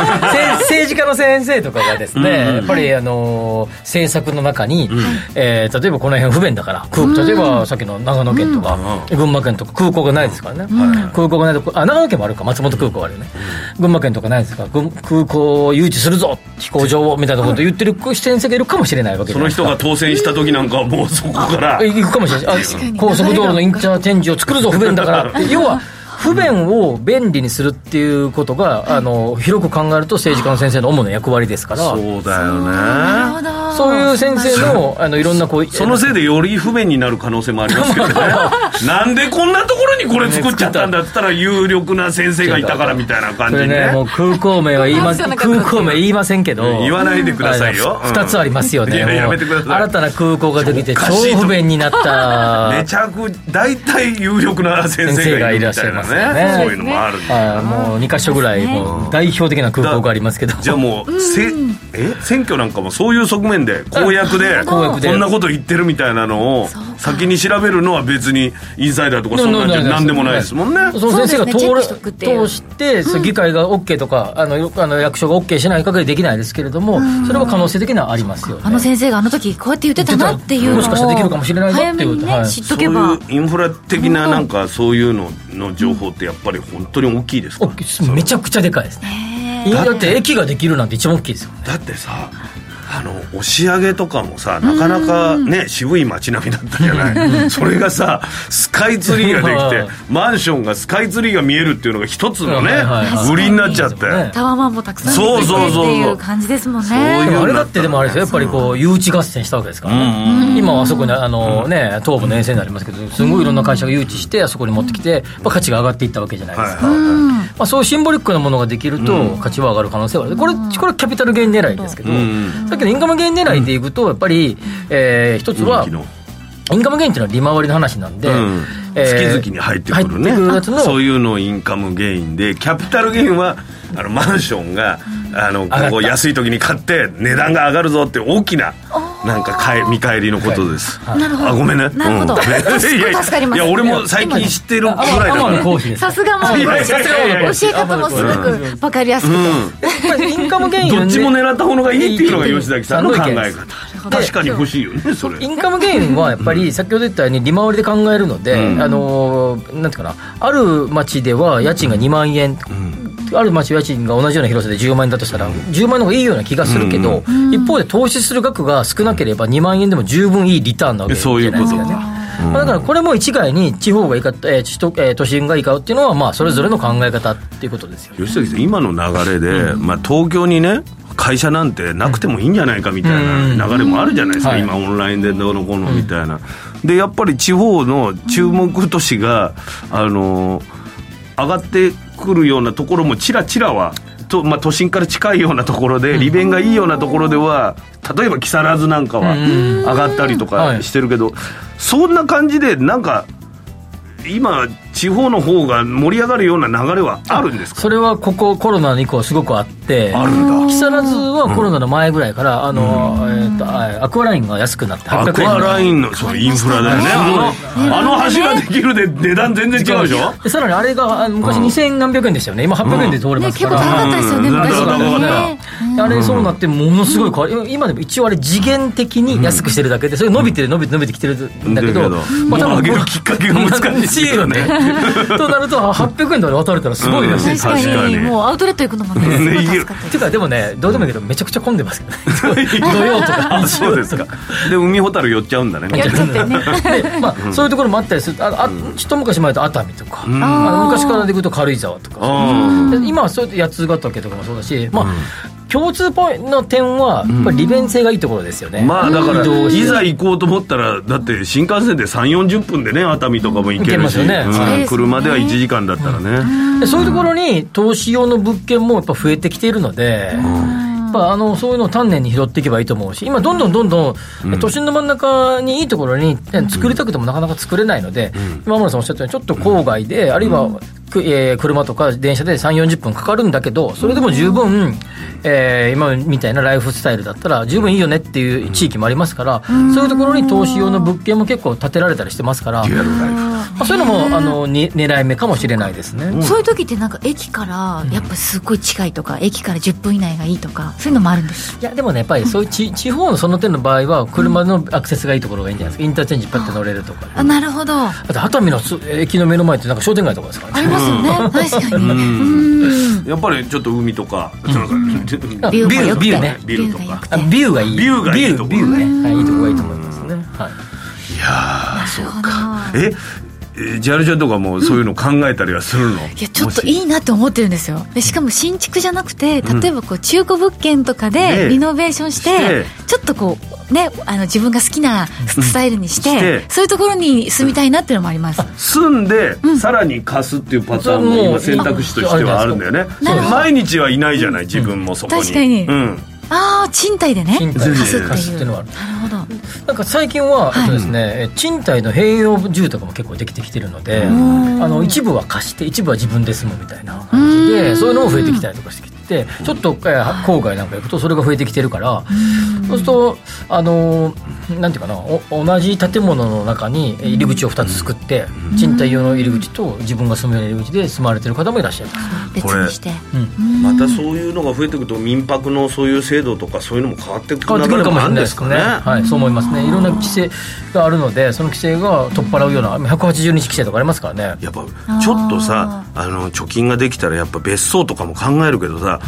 Speaker 3: 政治家の先生とかがですね、やっぱりあのー政策の中に、えー例えばこの辺不便だから、空港例えばさっきの長野県とか、群馬県とか空港がないですからね、空港がないとこあ長野県もあるか松本空港はあるよね、群馬県とかないですから群空港を誘致するぞ飛行場をみたいなことを言ってる先生がいるかもしれないわけじ
Speaker 4: そ
Speaker 3: ゃない
Speaker 4: の
Speaker 3: です
Speaker 4: 人
Speaker 3: か
Speaker 4: が当選した時なんかはもうそこから
Speaker 3: あ行くかもしれないしあ高速道路のインターチェンジを作るぞ不便だ からって要は不便を便利にするっていうことがあの広く考えると政治家の先生の主な役割ですから
Speaker 4: そうだよね
Speaker 3: そういう先生のあのいろんなこう
Speaker 4: そのせいでより不便になる可能性もありますけどね なんでこんなところにこれ作っちゃったんだっつったら有力な先生がいたからみたいな感
Speaker 3: それ
Speaker 4: じに
Speaker 3: ね
Speaker 4: ね
Speaker 3: もう空港名は言い ま空港名言いませんけど
Speaker 4: 言わないでくださいよ
Speaker 3: あのふ二つありますよ
Speaker 4: い
Speaker 3: ね
Speaker 4: や
Speaker 3: もう
Speaker 4: やめてください
Speaker 3: 新たな空港ができて
Speaker 4: お
Speaker 3: 超
Speaker 4: かしいと
Speaker 3: 不便になった
Speaker 4: めちゃく大体有力な先生が
Speaker 3: 先生
Speaker 4: いるみたいな
Speaker 3: がいらっしゃいますよ
Speaker 4: ね
Speaker 3: ね
Speaker 4: そういうのもあるんだ
Speaker 3: はいもう2か所ぐらいもう代表的な空港がありますけど
Speaker 4: じゃあもうせえ選挙なんかもそういう側面で公約で
Speaker 3: 公約で
Speaker 4: こんなこと言ってるみたいなのを先に調べるのは別にインサイダーとかそんなんじゃ何でもないですもんね
Speaker 3: その先生が通
Speaker 5: そ
Speaker 3: る
Speaker 5: うですねチェックしとくっていう
Speaker 3: 通して、その議会が OK とか、あのよあの役所が OK しない限りできないですけれども、それは可能性的にはありますよね。
Speaker 5: あの先生があの時こうやって言ってたなっていうのを。
Speaker 3: もしかしたらできるかもしれないぞっていう
Speaker 5: 早めに
Speaker 3: は
Speaker 5: ね、
Speaker 3: い
Speaker 5: 知っ
Speaker 4: そ
Speaker 5: と
Speaker 4: う
Speaker 5: け
Speaker 4: い
Speaker 5: ば
Speaker 4: う。インフラ的ななんかそういうのの情報ってやっぱり本当に大きいですか
Speaker 3: 大
Speaker 4: ら
Speaker 3: きいですめちゃくちゃでかいですね。
Speaker 5: へー
Speaker 3: だって駅ができるなんて一番大きいですよ。
Speaker 4: だってさあの押し上げとかもさなかなかね渋い街並みだったじゃないそれがさスカイツリーがで
Speaker 3: はい
Speaker 4: きてマンションがスカイツリーが見えるっていうのが一つのね
Speaker 3: はいはいはい
Speaker 4: 売りになっちゃって、
Speaker 3: ね
Speaker 5: タワマンもたくさん
Speaker 4: そう
Speaker 5: 出てき
Speaker 4: そう
Speaker 5: てっ
Speaker 4: そう
Speaker 5: ていう感じですもんね。
Speaker 4: そう
Speaker 3: で
Speaker 4: いう
Speaker 3: もあれだってでもあれですよやっぱりこう誘致合戦したわけですからね今はあそこにあのね東部の沿線になりますけどすごいいろんな会社が誘致してあそこに持ってきてまあ価値が上がっていったわけじゃないですかまあそういうシンボリックなものができると価値は上がる可能性があるこれこれはキャピタルゲイン狙いですけどさっきのインカムゲイン狙いでいくとやっぱりえー一つは
Speaker 4: 昨日
Speaker 3: インカムゲインっていうのは利回りの話なんで、
Speaker 4: うん
Speaker 3: えー
Speaker 4: 月々に入ってくる
Speaker 3: 入
Speaker 4: ね
Speaker 3: ってくるやつの
Speaker 4: そういうのをインカムゲインでキャピタルゲインはあのマンションがあの
Speaker 3: た
Speaker 4: ここ安い時に買って値段が上がるぞって大きななんか買い見返りのことです、
Speaker 5: なるほど
Speaker 4: あごめんね
Speaker 5: なるほど
Speaker 4: うん いやいや
Speaker 5: 助かります
Speaker 4: いや俺も最近知ってるぐらいだ
Speaker 3: ア
Speaker 4: か
Speaker 3: マ
Speaker 4: ら
Speaker 3: のコーヒーです
Speaker 5: さすがもう
Speaker 4: い
Speaker 5: 教
Speaker 4: やいやいやいや
Speaker 5: え方もすごく分かりやすくて、
Speaker 3: これインカムゲイン
Speaker 4: どっちも
Speaker 3: ね
Speaker 4: 狙った方のがいいっていうのが吉崎さんの考え
Speaker 3: なる
Speaker 4: 方確かに欲しいよねそれ
Speaker 3: インカムゲインはやっぱり先ほど言ったように利回りで考えるので、あのーなんていうかなある町では家賃が2万円、ある町は家賃が同じような広さで10万円だとしたら10万円の方がいいような気がするけど、一方で投資する額が少なければ2万円でも十分いいリターンなわけじゃ
Speaker 4: そ
Speaker 3: な
Speaker 4: う
Speaker 3: い
Speaker 4: い
Speaker 3: で
Speaker 4: う
Speaker 3: すか
Speaker 4: こと
Speaker 3: ね。まあだからこれも一概に地方がいいか、えー、首都えー都心がいいかっていうのは、まあ、それぞれの考え方っていうことですよ。
Speaker 4: 吉崎さん今の流れで、まあ、東京にね会社なんてなくてもいいんじゃないかみたいな流れもあるじゃないですか、
Speaker 3: うん
Speaker 4: 今オンラインでどうのこうのみたいな、でやっぱり地方の注目都市が、あの上がってくるようなところもちらちらはと、まあ、都心から近いようなところで利便がいいようなところでは例えば木更津なんかは上がったりと
Speaker 3: は
Speaker 4: か
Speaker 3: い
Speaker 4: してるけど、そんな感じでなんか今地方の方が盛り上がるような流れはあるんですか
Speaker 3: それはここコロナ以降すごくあって
Speaker 4: あるんだ
Speaker 3: 木更津はコロナの前ぐらいから、あのえーとあアクアラインが安くなって800円
Speaker 4: アクアラインのそうインフラだよねあのあの橋ができるで値段全然違うでし ょ
Speaker 3: でさらにあれがあ昔2000何百円でしたよね今800円で通れ
Speaker 5: ね
Speaker 3: ます
Speaker 5: 結
Speaker 3: か
Speaker 5: 構高
Speaker 3: ら、
Speaker 5: かったですよね、
Speaker 4: うん
Speaker 5: 昔は
Speaker 4: 高かった
Speaker 5: ね
Speaker 3: であれそうなってものすごい変わり今でも一応あれ次元的に安くしてるだけでそれ伸びてる伸びて伸びてきてるんだけど、
Speaker 4: だけどもう上げるきっかけが難しいよね
Speaker 3: となると800円で渡れたらすごいらしいですよ
Speaker 5: 確かに
Speaker 4: 確かに
Speaker 5: もうアウトレット行くのもねすごい助かった
Speaker 3: っていうかでもねどうでもいいけどめちゃくちゃ混んでますけどね土曜とか
Speaker 4: あそうですかで海ほたる寄っちゃうんだね
Speaker 5: やっちゃってね
Speaker 3: でまあそういうところもあったりするああ一昔前だと熱海とかあの昔からでいくと軽井沢とか
Speaker 4: あ
Speaker 3: で今はそうやって八ヶ岳とかもそうだしまあ共通ポイントの点はやっぱり利便性がいいところですよね
Speaker 4: ーまあだか
Speaker 3: 移動
Speaker 4: ら
Speaker 3: して
Speaker 4: いざ行こうと思ったらだって新幹線で3 4 0分でね熱海とかも行
Speaker 3: 行
Speaker 4: けるし
Speaker 3: けますよね
Speaker 4: うん
Speaker 3: そう
Speaker 5: ですね
Speaker 4: 車では1時間だったらね
Speaker 3: でそういうところに投資用の物件もやっぱ増えてきているので、やっぱあのそういうのを丹念に拾っていけばいいと思うし、今、どんどんどんどん、都心の真ん中にいいところに、ね作りたくてもなかなか作れないので、今村さんおっしゃったように、ちょっと郊外で、あるいは、くえー車とか電車で3、40分かかるんだけど、それでも十分、えー今みたいなライフスタイルだったら、十分いいよねっていう地域もありますから、そういうところに投資用の物件も結構建てられたりしてますから、
Speaker 4: リアルライフ
Speaker 3: まあそういうのもあのに狙い目かもしれないですね。
Speaker 5: そういう時ってなんか駅からやっぱすごい近いとか、駅から10分以内がいいとかそういうのもあるんです
Speaker 3: いやでもねやっぱりそういう地地方のその点の場合は車のアクセスがいいところがいいんじゃないですかインターチェンジパッて乗れるとか
Speaker 5: あなるほどあ
Speaker 3: あと熱海のす駅の目の前ってなんか商店街とかですからね
Speaker 5: りますよね、確かにうん
Speaker 4: やっぱりちょっと海とかその
Speaker 3: ビューが良くて
Speaker 4: ビュー
Speaker 3: ね
Speaker 4: ビューとか
Speaker 3: あビューがいい
Speaker 4: ビューがいいとこ
Speaker 3: ビュービューね、はい、いいとこがいいと思いますね、はい、
Speaker 4: ええジャルちゃんとかもそういうの考えたりはするの、
Speaker 5: いやちょっといいなって思ってるんですよでしかも新築じゃなくて例えばこう中古物件とか
Speaker 4: ね
Speaker 5: でリノベーションして,、
Speaker 4: して
Speaker 5: ちょっとこうねあの自分が好きなスタイルにして,、
Speaker 4: して
Speaker 5: そういうところに住みたいなっていうのもあります、
Speaker 4: 住んで、さらに貸すっていうパターンも今選択肢としてはあるんだよね
Speaker 5: なるほど
Speaker 4: 毎日はいないじゃない自分もそこに
Speaker 5: 確かに
Speaker 4: うん、
Speaker 5: ああ賃貸でね
Speaker 3: 賃貸
Speaker 4: で
Speaker 5: 貸すっていう
Speaker 3: 貸すっていうのはある
Speaker 5: なるほど
Speaker 3: なんか最近は、
Speaker 5: はい
Speaker 3: えっとですね、え賃貸の併用住宅も結構できてきてるので、あの一部は貸して一部は自分で住むみたいな感じでそういうのも増えてきたりとかしてきてちょっと、えー郊外なんか行くとそれが増えてきてるからそうするとあのーなんていうかなお同じ建物の中にえー入り口を2つ作って賃貸用の入り口と自分が住むような入り口で住まれてる方もいらっしゃる
Speaker 5: 別にして
Speaker 4: またそういうのが増えてくると民泊のそういう制度とかそういうのも変わってく
Speaker 3: 変わ
Speaker 4: る
Speaker 3: ってく
Speaker 4: 流
Speaker 3: る
Speaker 4: れ
Speaker 3: かも
Speaker 4: も
Speaker 3: し
Speaker 4: あ
Speaker 3: れな
Speaker 4: る
Speaker 3: んい
Speaker 4: で
Speaker 3: ですす
Speaker 4: か
Speaker 3: か
Speaker 4: ね
Speaker 3: ね、はい、そう思いますねいろんな規制があるのでその規制が取っ払うような180日規制とかありますからね
Speaker 4: やっぱちょっとさあの貯金ができたらやっぱ別荘とかも考えるけどさ、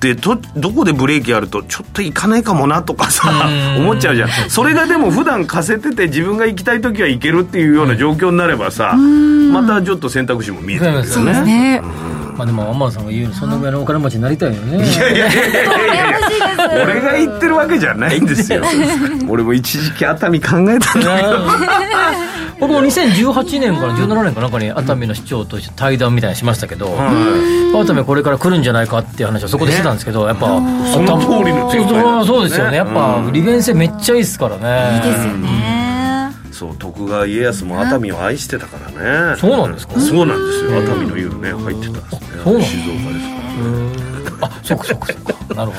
Speaker 4: でとどこでブレーキあるとちょっと行かないかもなとかさ 思っちゃうじゃんそれがでも普段貸せてて自分が行きたい時は行けるっていうような状況になればさまたちょっと選択肢も見えてくるよ
Speaker 3: そう
Speaker 5: で
Speaker 4: ね
Speaker 5: すね
Speaker 3: まあでも天野さんが言うようにそのぐらいのお金持ちになりたいよねいやいや
Speaker 4: 俺が言ってるわけじゃないんですよ俺も一時期熱海考えたんだけど
Speaker 3: 僕も2018年から17年かなんかに熱海の市長として対談みたいなのしましたけど、熱海これから来るんじゃないかっていう話をそこでしてたんですけど、やっぱそ
Speaker 4: の通りの
Speaker 3: そうそうそうですよねやっぱ利便性めっちゃいいですからね
Speaker 5: ですよね
Speaker 4: そう徳川家康も熱海を愛してたからね
Speaker 3: そうなんですか
Speaker 4: そうなんですよ熱海の湯ね入ってたんですね
Speaker 3: そうなんだ
Speaker 4: 静岡ですから
Speaker 3: あそっかそっかそっかなるほどね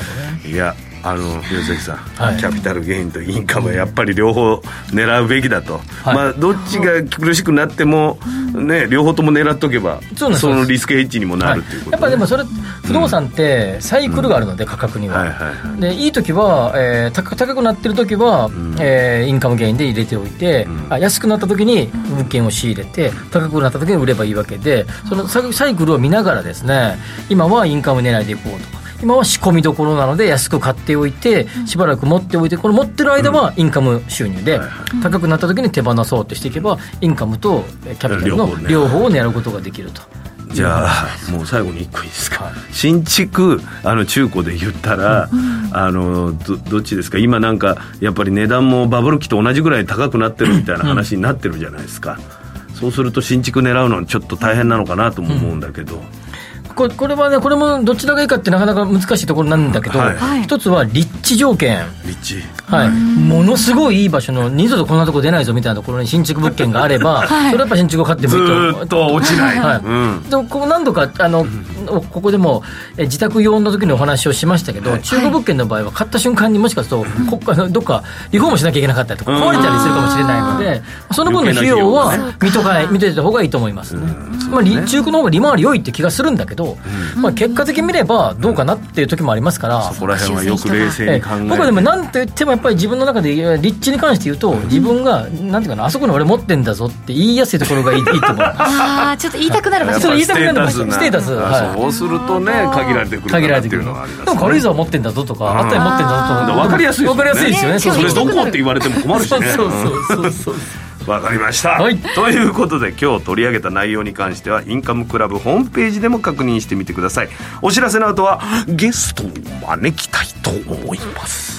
Speaker 4: いやあの宮崎さん、
Speaker 3: い
Speaker 4: キャピタルゲインとインカムはやっぱり両方狙うべきだと、
Speaker 3: い
Speaker 4: まあどっちが苦しくなっても、ね、両方とも狙っとけば
Speaker 3: そうなんです
Speaker 4: のリスクエッジにもな
Speaker 3: は
Speaker 4: る
Speaker 3: い
Speaker 4: っていうこ
Speaker 3: や
Speaker 4: と
Speaker 3: っ
Speaker 4: ね、
Speaker 3: ぱでもそれ不動産ってサイクルがあるので価格に
Speaker 4: は
Speaker 3: はい
Speaker 4: はいはい
Speaker 3: でいい時は、えー高高くなってる時は、えーインカムゲインで入れておいて、あ安くなった時に物件を仕入れて高くなった時に売ればいいわけでそのササイクルを見ながらですね今はインカム狙いでいこうとか今は仕込みどころなので安く買っておいてしばらく持っておいてこの持ってる間はインカム収入で高くなった時に手放そうとしていけばインカムとえーキャピタル
Speaker 4: 両方ね
Speaker 3: の両方を狙うことができると。
Speaker 4: じゃあもう最後に1個いいですか新築あの中古で言ったら、あのどどっちですか今なんかやっぱり値段もバブル期と同じぐらい高くなってるみたいな話になってるじゃないですか、そうすると新築狙うのはちょっと大変なのかなとも思うんだけど、
Speaker 3: これこれはねこれもどちらがいいかってなかなか難しいところなんだけど、
Speaker 4: はい
Speaker 5: はい
Speaker 3: 一つは立地条件、
Speaker 4: 立地
Speaker 3: はい、ものすごいいい場所の二度とこんなとこ出ないぞみたいなところに新築物件があれば、それはやっぱ新築を買っても
Speaker 4: ず
Speaker 3: いいと思う
Speaker 4: ーっと落ちない、
Speaker 3: はい
Speaker 4: うん
Speaker 3: でもこう何度かあのここでもえ自宅用の時にお話をしましたけど、中古物件の場合は買った瞬間にもしかすると、こあのどっ かリフォームしなきゃいけなかったりとか
Speaker 4: うん
Speaker 3: 壊れたりするかもしれないので、その分の費用は
Speaker 4: 余
Speaker 3: 見とかい見といた方がいいと思いますね。まあ、り中古の方が利回り良いって気がするんだけど、まあ、結果的に見ればどうかなっていう時もありますから。
Speaker 4: そこら辺はよく冷静に考えて、
Speaker 3: 僕はでも何と言ってもやっぱり自分の中でえー立地に関して言うと自分がなんていうかなあそこに俺持ってんだぞって言いやすいところがいい いいと思います
Speaker 5: ああちょっと言いたくなる場
Speaker 4: やっ
Speaker 5: 所
Speaker 3: そ
Speaker 4: ぱ
Speaker 3: れ言い
Speaker 4: りス
Speaker 3: たくな
Speaker 4: テー
Speaker 3: るの
Speaker 4: タ
Speaker 3: も
Speaker 4: スな
Speaker 3: ステータス
Speaker 4: あ
Speaker 3: はい
Speaker 4: そうするとね限られてくるか
Speaker 3: 限ら
Speaker 4: な
Speaker 3: れ
Speaker 4: って
Speaker 3: て
Speaker 4: い
Speaker 3: く
Speaker 4: う
Speaker 3: る
Speaker 4: のはあります
Speaker 3: でも軽井沢持ってんだぞとか熱海持ってんだぞと
Speaker 4: わかりやすい
Speaker 3: わかりやすいですよね
Speaker 4: それどこって言われても困るし
Speaker 3: そう
Speaker 4: ね
Speaker 3: そうそうそうそう
Speaker 4: わかりました、
Speaker 3: はい
Speaker 4: ということで今日取り上げた内容に関してはインカムクラブホームページでも確認してみてくださいお知らせの後はゲストを招きたいと思います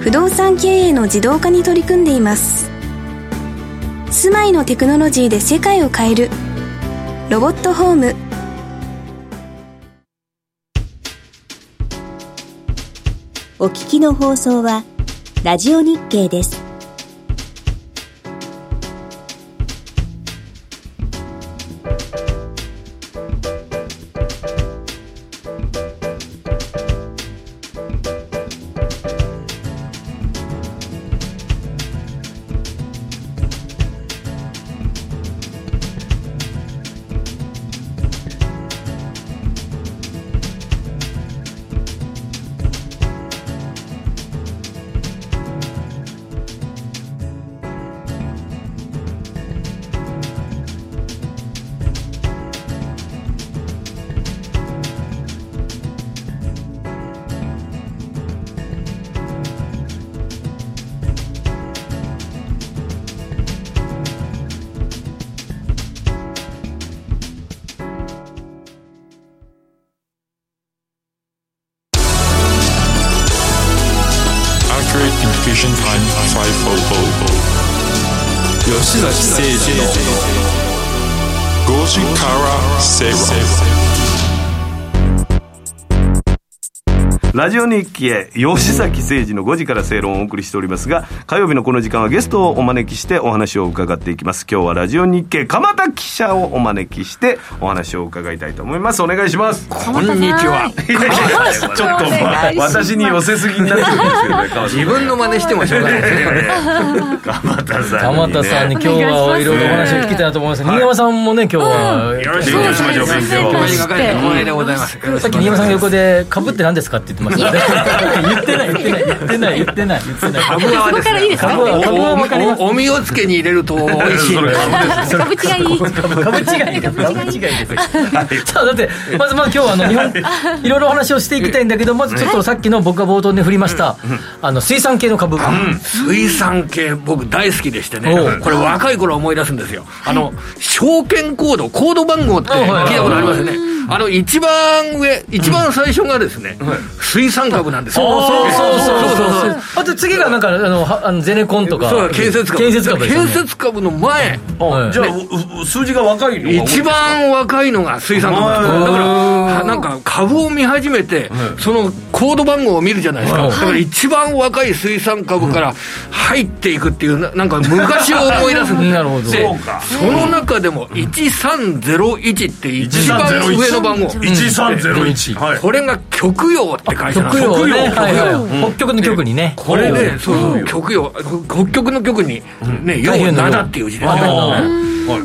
Speaker 6: 不動産経営の自動化に取り組んでいます住まいのテクノロジーで世界を変えるロボットホームお聞きの放送はラジオ日経です
Speaker 1: Accurate Communication Line 500吉崎誠二の Gojikara Seiro
Speaker 4: ラジオ日記へ吉崎誠二の5時から正論をお送りしておりますが火曜日のこの時間はゲストをお招きしてお話を伺っていきます今日はラジオ日記鎌田記者をお招きしてお話を伺いたいと思いますお願いします
Speaker 5: こんにちは。
Speaker 4: ちょっと、まあ、私に寄せすぎになってるんですけどね
Speaker 7: 自分の真似してもしょうがないですねこれ
Speaker 4: 鎌田さんに、ね、
Speaker 3: 鎌田さんに今日はいろいろお話を聞きたいなと思います新山さんもね今日は
Speaker 4: よろしくお願いしましょう勉強
Speaker 7: お目にかかれて光栄でございますよろし
Speaker 3: さっ
Speaker 7: く
Speaker 3: き新山さんが横で「かぶって何ですか?」って言ってましたね言ってない言ってない言ってない言ってない言ってない
Speaker 7: 株はですね
Speaker 3: 株は株は分かります
Speaker 7: おおお身をつけに入れると美味しいんで
Speaker 5: 株違い。
Speaker 3: 株違い株違いですさあだってまずまず今日はあの日本いろいろお話をしていきたいんだけどまずちょっとさっきの僕が冒頭で振りましたあの水産系の株
Speaker 7: 水産系僕大好きでしてね
Speaker 3: おう
Speaker 7: これ若い頃思い出すんですよあの証券コードコード番号って聞いたことありますよねあの一番上一番最初がですね水産株なんですよ
Speaker 3: そうそうそうそうそうあと次がなんかあのはあのゼネコンとか
Speaker 7: そう建設株
Speaker 3: 建設株ですよね
Speaker 7: 建設株の前
Speaker 3: はい
Speaker 4: じゃあうう数字が若いのが多い
Speaker 7: 一番若いのが水産株なんです
Speaker 4: う
Speaker 7: よ
Speaker 4: ん
Speaker 7: だからはなんか株を見始めて、そのコード番号を見るじゃないですか、
Speaker 3: うん
Speaker 7: だから一番若い水産株から入っていくっていうななんか昔を思い出すんです
Speaker 3: なるほど
Speaker 7: で
Speaker 4: そうか
Speaker 7: その中でも1301って一番上の番号
Speaker 4: 1301はい
Speaker 7: これが極洋って会社なんですよ
Speaker 3: 極洋ね
Speaker 4: 極洋
Speaker 3: はいはい
Speaker 4: 極
Speaker 3: 北極の極にね
Speaker 7: これね、そうそう、極洋、北極の極に、ね、洋7っていう字ですね。
Speaker 3: あ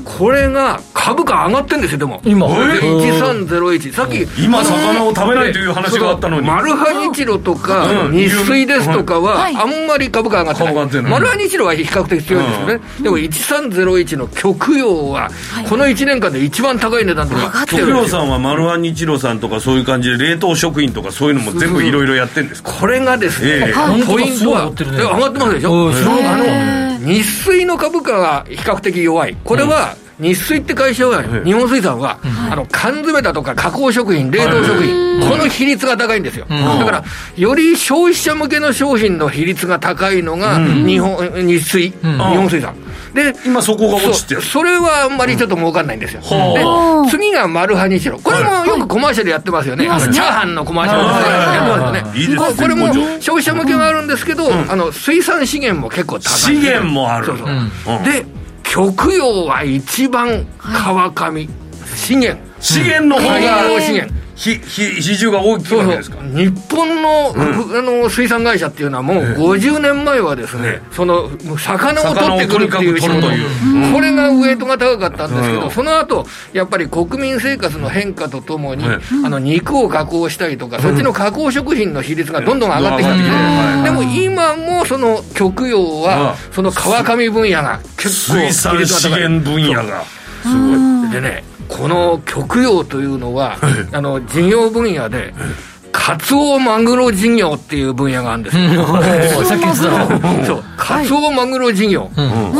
Speaker 7: これが株価上がってんですよ、でも。
Speaker 3: 今
Speaker 7: で1301。さっき、
Speaker 4: 今魚を食べないという話があったのに
Speaker 7: マルハニチロとか、
Speaker 4: うん
Speaker 7: 日水ですとかは、
Speaker 5: はい
Speaker 7: あんまり株価上がってない。
Speaker 4: 株価上がってない
Speaker 7: マルハニチロは比較的強いんですよね。でも1301の極洋は、この1年間で一番高い値段で上がって
Speaker 4: 徳
Speaker 7: るんで
Speaker 4: 郎
Speaker 7: すよ。
Speaker 4: さんは丸安日郎さんとかそういう感じで冷凍食品とかそういうのも全部いろいろやってんですか
Speaker 7: これがです
Speaker 4: ええ
Speaker 7: ね、
Speaker 3: はい
Speaker 7: ポイントは、
Speaker 3: 本当だすごい上がってるね
Speaker 7: え上がってますでし
Speaker 3: う
Speaker 7: ょ
Speaker 3: んすごい
Speaker 7: あの、日水の株価が比較的弱い。これは、日水って会社は、日本水産は、あの、缶詰だとか加工食品、冷凍食品、この比率が高いんですよ。だから、より消費者向けの商品の比率が高いのが、日本、日水、日本水産。で、
Speaker 4: 今そこが落ちて
Speaker 7: そ
Speaker 4: る
Speaker 7: それはあんまりちょっと儲かんないんですよ、で次がマルハニチロこれもよくコマーシャルやってますよね、あのチャーハンのコマーシャルやってますよね
Speaker 4: いいですね
Speaker 7: ここれも
Speaker 4: 絶好
Speaker 7: 消費者向けがあるんですけど、あの水産資源も結構高い
Speaker 4: 資源もある
Speaker 7: そうそう、
Speaker 4: うん
Speaker 7: で極洋は一番川上資源
Speaker 4: 資源の方
Speaker 7: 海洋
Speaker 4: が
Speaker 7: 資源
Speaker 4: ひひ比重が大きいわけですか
Speaker 7: 日本の,、あの水産会社っていうのはもう50年前はですね、その魚を取ってくるっていう仕
Speaker 4: 魚を
Speaker 7: 事
Speaker 4: とにかく取
Speaker 7: これがウエイトが高かったんですけど、
Speaker 4: うん
Speaker 7: その後やっぱり国民生活の変化とともに、
Speaker 4: はい
Speaker 7: あの肉を加工したりとか、そっちの加工食品の比率がどんどん上がってきたんですね、
Speaker 4: うん
Speaker 7: でも今もその極洋は、
Speaker 4: う
Speaker 7: その川上分野が結構
Speaker 4: 水
Speaker 7: 比
Speaker 4: 産
Speaker 7: 率が
Speaker 4: 資
Speaker 7: 高い
Speaker 4: 源分野が
Speaker 7: でねこの極洋というのはあの事業分野でカツオマグロ事業っていう分野があるんですよ、
Speaker 3: おさっき言ってたの
Speaker 7: そうカツオマグロ事業、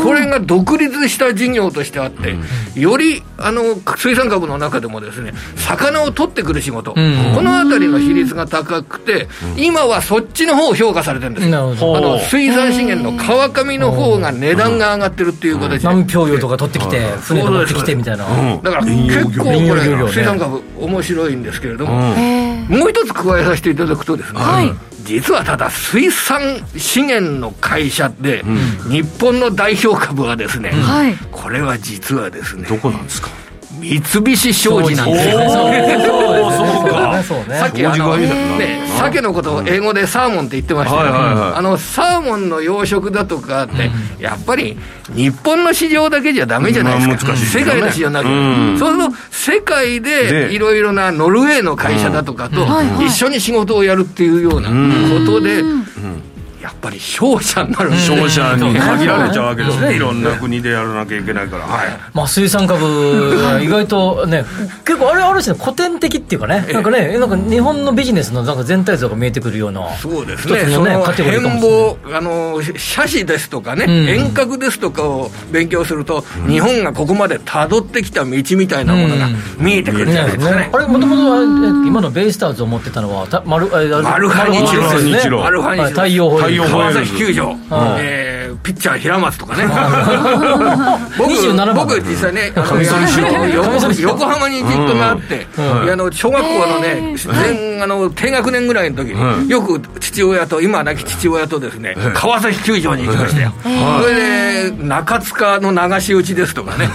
Speaker 7: これが独立した事業としてあって、よりあの水産株の中でもですね魚を取ってくる仕事、この辺りの比率が高くて、今はそっちの方を評価されてるんです
Speaker 3: な
Speaker 7: よ
Speaker 3: るほど
Speaker 7: あの水産資源の川上の方が値段が上がってるっていう形で、
Speaker 3: 南氷魚とか取ってきて船で持ってきてみたいな
Speaker 7: だから結構これ
Speaker 3: 遠洋漁業ね
Speaker 7: 水産株面白いんですけれども、もう一つ加えさせていただくとですね、実はただ水産資源の会社で、日本の代表株はですね、
Speaker 5: はい
Speaker 7: これは実はですね
Speaker 4: どこなんですか
Speaker 7: 三菱商事なんですよ
Speaker 4: おー
Speaker 3: そう
Speaker 4: か
Speaker 3: そう
Speaker 7: さっ
Speaker 3: ね
Speaker 7: きあ
Speaker 4: 王子が
Speaker 7: の、
Speaker 4: いいんだよな
Speaker 7: ね、鮭のことを英語でサーモンって言ってましたけど、
Speaker 4: はいはいはい
Speaker 7: あのサーモンの養殖だとかって、やっぱり日本の市場だけじゃダメじゃないですか、
Speaker 4: まあ難しいです
Speaker 7: 世
Speaker 4: よね
Speaker 7: 界の市場になる、
Speaker 4: うん
Speaker 7: そうすると世界
Speaker 4: で
Speaker 7: でいろいろなノルウェーの会社だとかと
Speaker 5: はいはい
Speaker 7: 一緒に仕事をやるっていうようなことで、やっぱり商社になるんですね
Speaker 4: 商社に限られちゃうわけですねいろんな国でやらなきゃいけないからはい
Speaker 3: まあ、水産株は意外とね、結構あれ、ある種の古典的っていうかね、なんかね、なんか日本のビジネスのなんか全体像が見えてくるような、
Speaker 7: そうですね
Speaker 3: 一つの
Speaker 7: そ
Speaker 3: ね
Speaker 7: の
Speaker 3: カテゴリー
Speaker 7: 変
Speaker 3: かもしれ
Speaker 7: 貌
Speaker 3: ない
Speaker 7: あの写真ですとかね、
Speaker 3: ん
Speaker 7: 遠隔ですとかを勉強すると、日本がここまでたどってきた道みたいなものが
Speaker 3: うん
Speaker 7: 見えてくるじゃないですかね
Speaker 3: あ。れ、もともとあれ今のベイスターズを持ってたのは、たマルあれ
Speaker 7: マルハニチロ
Speaker 3: マルハニチロですね
Speaker 4: マル
Speaker 7: ハニチロ
Speaker 3: はい太陽ホイール
Speaker 4: 太陽ホイール
Speaker 7: 川崎球場、
Speaker 3: はい
Speaker 7: えーピッチャー平松とかね
Speaker 3: 27番
Speaker 7: 僕僕実際ねあの
Speaker 3: 神様しろ神様しろ
Speaker 7: 横浜に実家があって、いやあの小学校のね、全あの低学年ぐらいの時に、よく父親と今は亡き父親とですね、川崎球場に行きましたよ、それで中塚の流し打ちですとか ね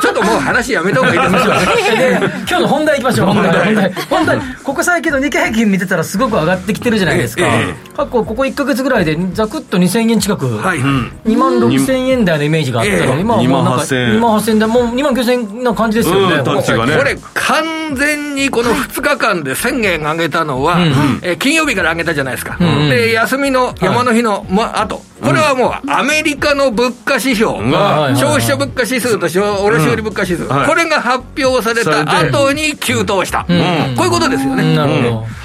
Speaker 7: ちょっともう話やめた方がいいですよね
Speaker 3: で今日の本題いきましょう本題本題本題ここ最近の日経平均見てたらすごく上がってきてるじゃないですか、
Speaker 4: え
Speaker 3: 過去ここ1か月ぐらいでざくっと2000円近く、
Speaker 7: はい、
Speaker 3: 2万6000円台のイメージがあったの
Speaker 7: ええ
Speaker 3: に、今はもうなんか
Speaker 4: 28,000
Speaker 3: 2万8000円台もう2万9000円な感じですよね、
Speaker 4: うんどっちがね
Speaker 7: これ、完全にこの2日間で1000円上げたのは、えー金曜日から上げたじゃないですか、
Speaker 3: んうん
Speaker 7: で休みの山の日の、ま、あと、これはもうアメリカの物価指標、
Speaker 3: はいはい
Speaker 7: 消費者物価指数と卸売物価指数、
Speaker 4: はい
Speaker 7: これが発表された
Speaker 4: されて
Speaker 7: 後に急騰した、
Speaker 3: ん
Speaker 7: こういうことですよね。
Speaker 3: うんなる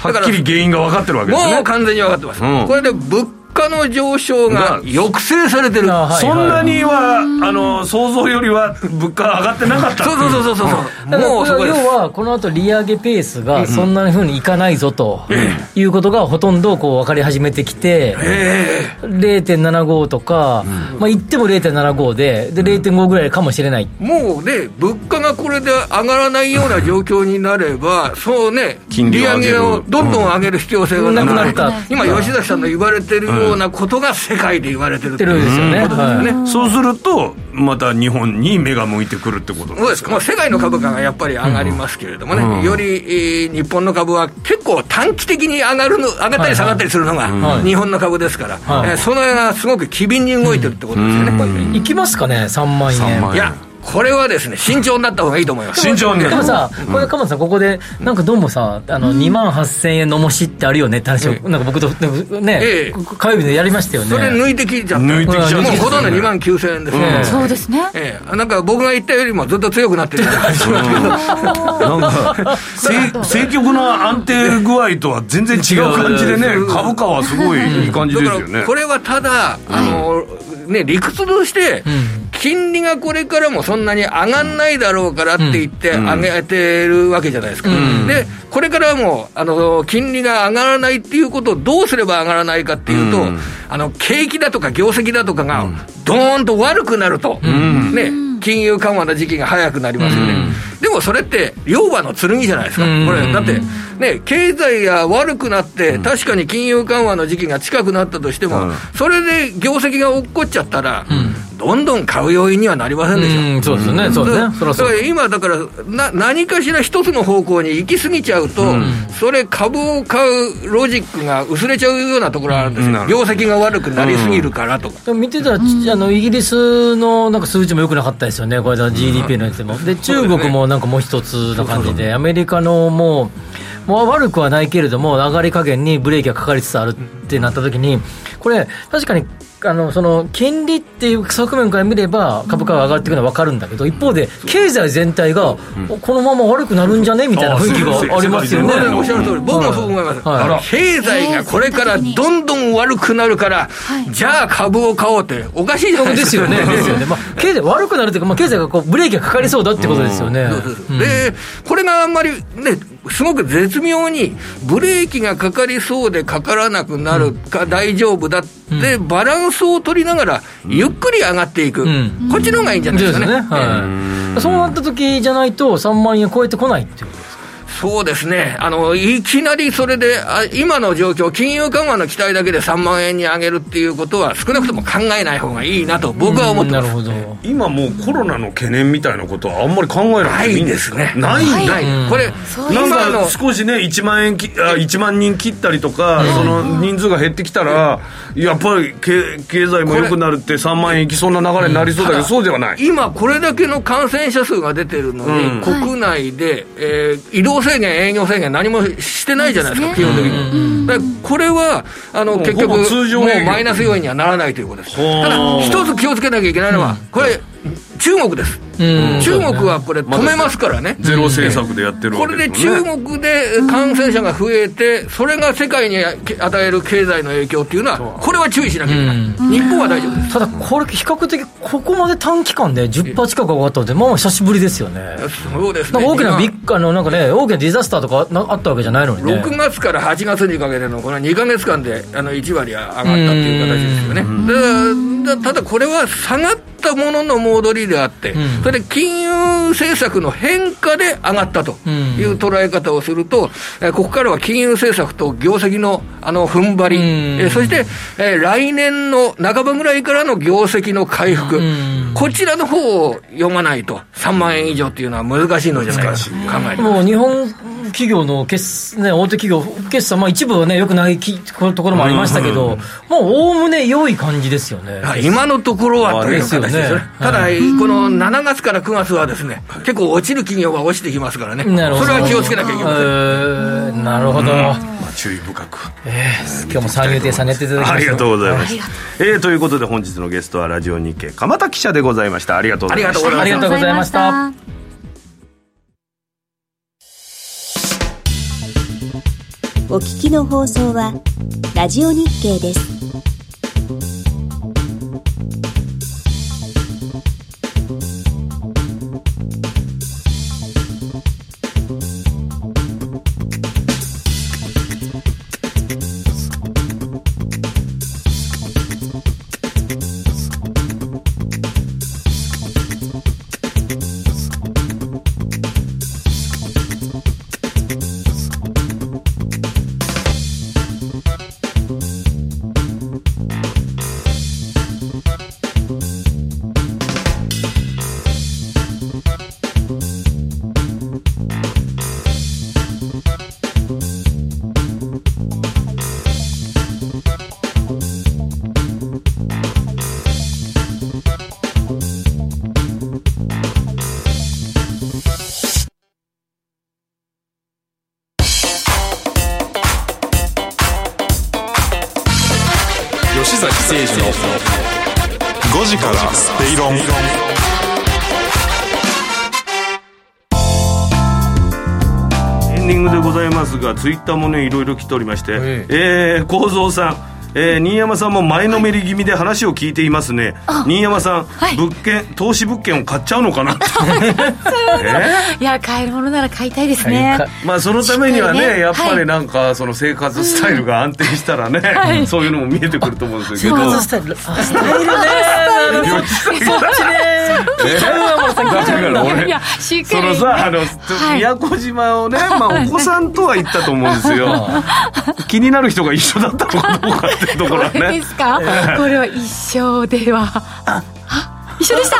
Speaker 3: ほど、
Speaker 4: はっきり原因が分かってるわけです
Speaker 7: もう
Speaker 4: ね
Speaker 7: 完全に分かってます、
Speaker 4: うん
Speaker 7: これで物価の上昇が抑制されてる、
Speaker 3: あはい
Speaker 4: そんなにはあの想像よりは物価上がってなかった
Speaker 7: そうそうそうそうそう、
Speaker 3: だから
Speaker 7: もうそ
Speaker 3: こ
Speaker 7: こ
Speaker 3: れ
Speaker 7: です
Speaker 3: は要はこの後利上げペースがそんなふうにいかないぞということがほとんどこう分かり始めてきて、0.75とか、まあ、言っても0.75でで0.5ぐらいかもしれない、
Speaker 7: もうね、物価がこれで上がらないような状況になれば、そうね、
Speaker 4: 金利
Speaker 7: 利
Speaker 4: を
Speaker 7: 上
Speaker 4: 上げる
Speaker 7: げをどんどん上げる必要性がなくな
Speaker 3: なく
Speaker 7: る
Speaker 3: なっ、
Speaker 7: 今、吉崎さんの言われてるようなことが世界で言われてるって
Speaker 3: 言ってるんですよね
Speaker 7: ことですよね。
Speaker 4: そうするとまた日本に目が向いてくるってことなん
Speaker 7: そう
Speaker 4: で
Speaker 7: ですす
Speaker 4: か
Speaker 7: まあ、世界の株価がやっぱり上がりますけれどもね、より、えー日本の株は結構短期的に上がるの、上がったり下がったりするの
Speaker 3: は
Speaker 7: が
Speaker 3: い
Speaker 7: 日本の株ですから、
Speaker 3: はい
Speaker 7: えーその辺がすごく機敏に動いてるってことですよね、こういうふうに
Speaker 3: いきますかね3万円
Speaker 7: いや、これはですね、慎重になった方がいいと思います。
Speaker 4: 慎重にな
Speaker 3: で
Speaker 4: る
Speaker 3: もさ、これ、鎌田さん、ここで、なんかどうもさ、あの2万8000円の重しってあるよねって話を、
Speaker 7: ええ
Speaker 3: なんか僕と、ね、
Speaker 7: ええ
Speaker 3: 火曜日でやりましたよ
Speaker 7: それ
Speaker 3: ね。
Speaker 7: 抜いてきちゃった。
Speaker 4: 抜いてきちゃった
Speaker 7: もうほとんど2万9000円ですね。
Speaker 3: うん
Speaker 5: そうですね。
Speaker 7: ええなんか僕が言ったよりもずっと強くなって るじゃないですか。
Speaker 4: なん かせ政局の安定具合とは全然違う感じでね
Speaker 7: うん
Speaker 4: 株価はすごいいい感じ
Speaker 7: だ
Speaker 4: です
Speaker 7: か
Speaker 4: よね
Speaker 7: らこれはただ、あの、ね、理屈として、金利がこれからもそんなに上がんないだろうからって言って上げてるわけじゃないですか。で、これからも、あの、金利が上がらないっていうことをどうすれば上がらないかっていうと、あの、景気だとか業績だとかが、どーんと悪くなると、ね、金融緩和の時期が早くなりますよね。でもそれって、両馬の剣じゃないですか、
Speaker 3: うん
Speaker 7: これ、だって、 ね、経済が悪くなって、確かに金融緩和の時期が近くなったとしても、それで業績が落っこっちゃったら、どんどん買う要因にはなりませんでしょ。
Speaker 3: うん、そうですよね、そうですね、そら
Speaker 7: だ
Speaker 3: そう
Speaker 7: から今、だからな、何かしら一つの方向に行き過ぎちゃうと、それ、株を買うロジックが薄れちゃうようなところがあるんです
Speaker 4: うんな
Speaker 7: よ、
Speaker 4: る
Speaker 7: 業績が悪くなりすぎるからとか。
Speaker 3: でも見てたら、ちあのイギリスのなんか数値も良くなかったですよね、これだ GDP のや つも、で中国もなんかもう一つな感じで、アメリカのもう、もう悪くはないけれども、上がり加減にブレーキがかかりつつあるってなった時に、これ、確かにあのその金利っていう側面から見れば、株価が上がっていくのは分かるんだけど、一方で、経済全体が、おこのまま悪くなるんじゃねみたいな雰囲気がありますよ
Speaker 4: そうです
Speaker 7: おっ
Speaker 3: ね
Speaker 7: し。ゃる通り、僕もそう思います、
Speaker 3: はい
Speaker 7: あの経済がこれからどんどん悪くなるから、じゃあ株を買おうって、おかしいじゃない
Speaker 3: で
Speaker 7: ですす
Speaker 3: よ
Speaker 7: か。
Speaker 3: ね、 ですよね、まあ、経済悪くなるというか、まあ、経済がこうブレーキがかかりそうだってことですよね。
Speaker 7: で、これがあんまりね、すごく絶妙に、ブレーキがかかりそうでかからなくなるか、大丈夫だって、バランスを取りながら、ゆっくり上がっていく、
Speaker 3: ん
Speaker 7: こっちの方がいいんじゃないですかね。
Speaker 3: はい、そうなった時じゃないと、3万円超えてこないっていうこと
Speaker 7: そうですね、あのいきなりそれで、あ今の状況、金融緩和の期待だけで3万円に上げるっていうことは、少なくとも考えない方がいいなと、僕は思って
Speaker 3: な
Speaker 7: ま
Speaker 3: る
Speaker 7: す。
Speaker 3: ほど、
Speaker 4: 今もうコロナの懸念みたいなことはあんまり考えなく
Speaker 7: な
Speaker 4: ていい
Speaker 7: い
Speaker 4: んで
Speaker 7: ですすね。
Speaker 4: ないんだ
Speaker 7: ない。これ、
Speaker 5: そう
Speaker 4: なん
Speaker 7: 今の
Speaker 4: か、少しね1万円きあ1万人切ったりとか、その人数が減ってきたら、やっぱり経経済も良くなるって3万円いきそうな流れになりそうだけど、そうではない
Speaker 7: 今これだけの感染者数が出てるのに、
Speaker 4: うん
Speaker 7: 国内で、えー移動制限、営業制限、何もしてないじゃないですか、基
Speaker 5: そう
Speaker 7: 本
Speaker 5: で
Speaker 7: 的に。だからこれはあの
Speaker 4: もう
Speaker 7: 結
Speaker 4: ほぼ
Speaker 7: 局、
Speaker 4: 通常
Speaker 7: もう
Speaker 4: 営業
Speaker 7: マイナス要因にはならないということです。
Speaker 4: ほう
Speaker 7: ただ、一つ気をつけなきゃいけないのは、これ、中国です。
Speaker 3: うん
Speaker 7: 中国はこれ、止めますからね。
Speaker 4: ゼロ政策でやってる
Speaker 7: こ
Speaker 4: わけ
Speaker 7: れで
Speaker 4: ですも
Speaker 7: 中
Speaker 4: んね
Speaker 7: 国で感染者が増えて、それが世界に与える経済の影響っていうのは、これは注意しなきゃいけない、日本は大丈夫です。
Speaker 3: ただ、これ、比較的、ここまで短期間で10%近く上がったのって、まあまあ久しぶりですよね。
Speaker 7: そうです
Speaker 3: な
Speaker 7: ね
Speaker 3: んか大きな
Speaker 7: 今
Speaker 3: ビッグあのなんかね、大きなディザスターとかなあったわけじゃないのにね。
Speaker 7: 6月から8月にかけてのこの2か月間であの1割上がったっていう形ですよね。だただこれは下がったものの戻りであって、
Speaker 3: ん
Speaker 7: それで金融政策の変化で上がったという捉え方をすると、えーここからは金融政策と業績のあの踏ん張り、
Speaker 3: うん
Speaker 7: えーそして、えー来年の半ばぐらいからの業績の回復、
Speaker 3: ん
Speaker 7: こちらの方を読まないと、3万円以上っていうのは難しいのじゃないかと考えてます。
Speaker 3: もう日本企業の決す、ね、大手企業、決算、まあ、一部はね、よくないきこうところもありましたけど、もうおおむね良い感じですよね。
Speaker 7: あ今のところはという形です
Speaker 3: で
Speaker 7: ね
Speaker 3: すよね
Speaker 7: ただ、この7月から9月はですね、結構落ちる企業が落ちてきますからね、そ
Speaker 3: な
Speaker 7: れ
Speaker 3: るほど。
Speaker 7: は気をつけなきゃいけません。
Speaker 3: えーなるほど。
Speaker 4: まあ、注意深く
Speaker 3: 今日も三遊亭さんにやっていただきました
Speaker 4: ありがとうございます、えーということで本日のゲストはラジオ日経鎌田記者でございましたありがとうございました
Speaker 7: ありがとうございました
Speaker 3: ありがとうございました。
Speaker 6: お聞きの放送はラジオ日経です。
Speaker 1: 吉崎誠二の5時からステイロン
Speaker 4: エンディングでございますがツイッターもねいろいろ来ておりまして、
Speaker 7: え
Speaker 4: えー、構造さん、えー、新山さんも前のめり気味で話を聞いていますね、新山さん、
Speaker 5: はい
Speaker 4: 物件投資物件を買っちゃうのかなえ
Speaker 5: いや買えるものなら買いたいです
Speaker 3: は
Speaker 5: ね
Speaker 3: いか
Speaker 4: ーまあそのためにはね
Speaker 5: しっかりね
Speaker 4: やっぱ
Speaker 5: は
Speaker 4: り
Speaker 5: い
Speaker 4: なんかその生活スタイルが安定したらね、そういうのも見えてくると思うんですけど
Speaker 3: 生活スタイル。あスタイルね。なるほど
Speaker 4: 吉崎
Speaker 3: そっちね。
Speaker 4: だから俺
Speaker 5: いやしっか
Speaker 4: そ
Speaker 5: り
Speaker 4: のさあの、
Speaker 5: い
Speaker 4: 宮古島をね、ま あ、お子さんとは行ったと思うんですよ気になる人が一緒だったのかどうかっていうとこ
Speaker 5: こ
Speaker 4: ろは
Speaker 5: れ
Speaker 4: ね
Speaker 5: ですかこれは一生ではあ一緒でした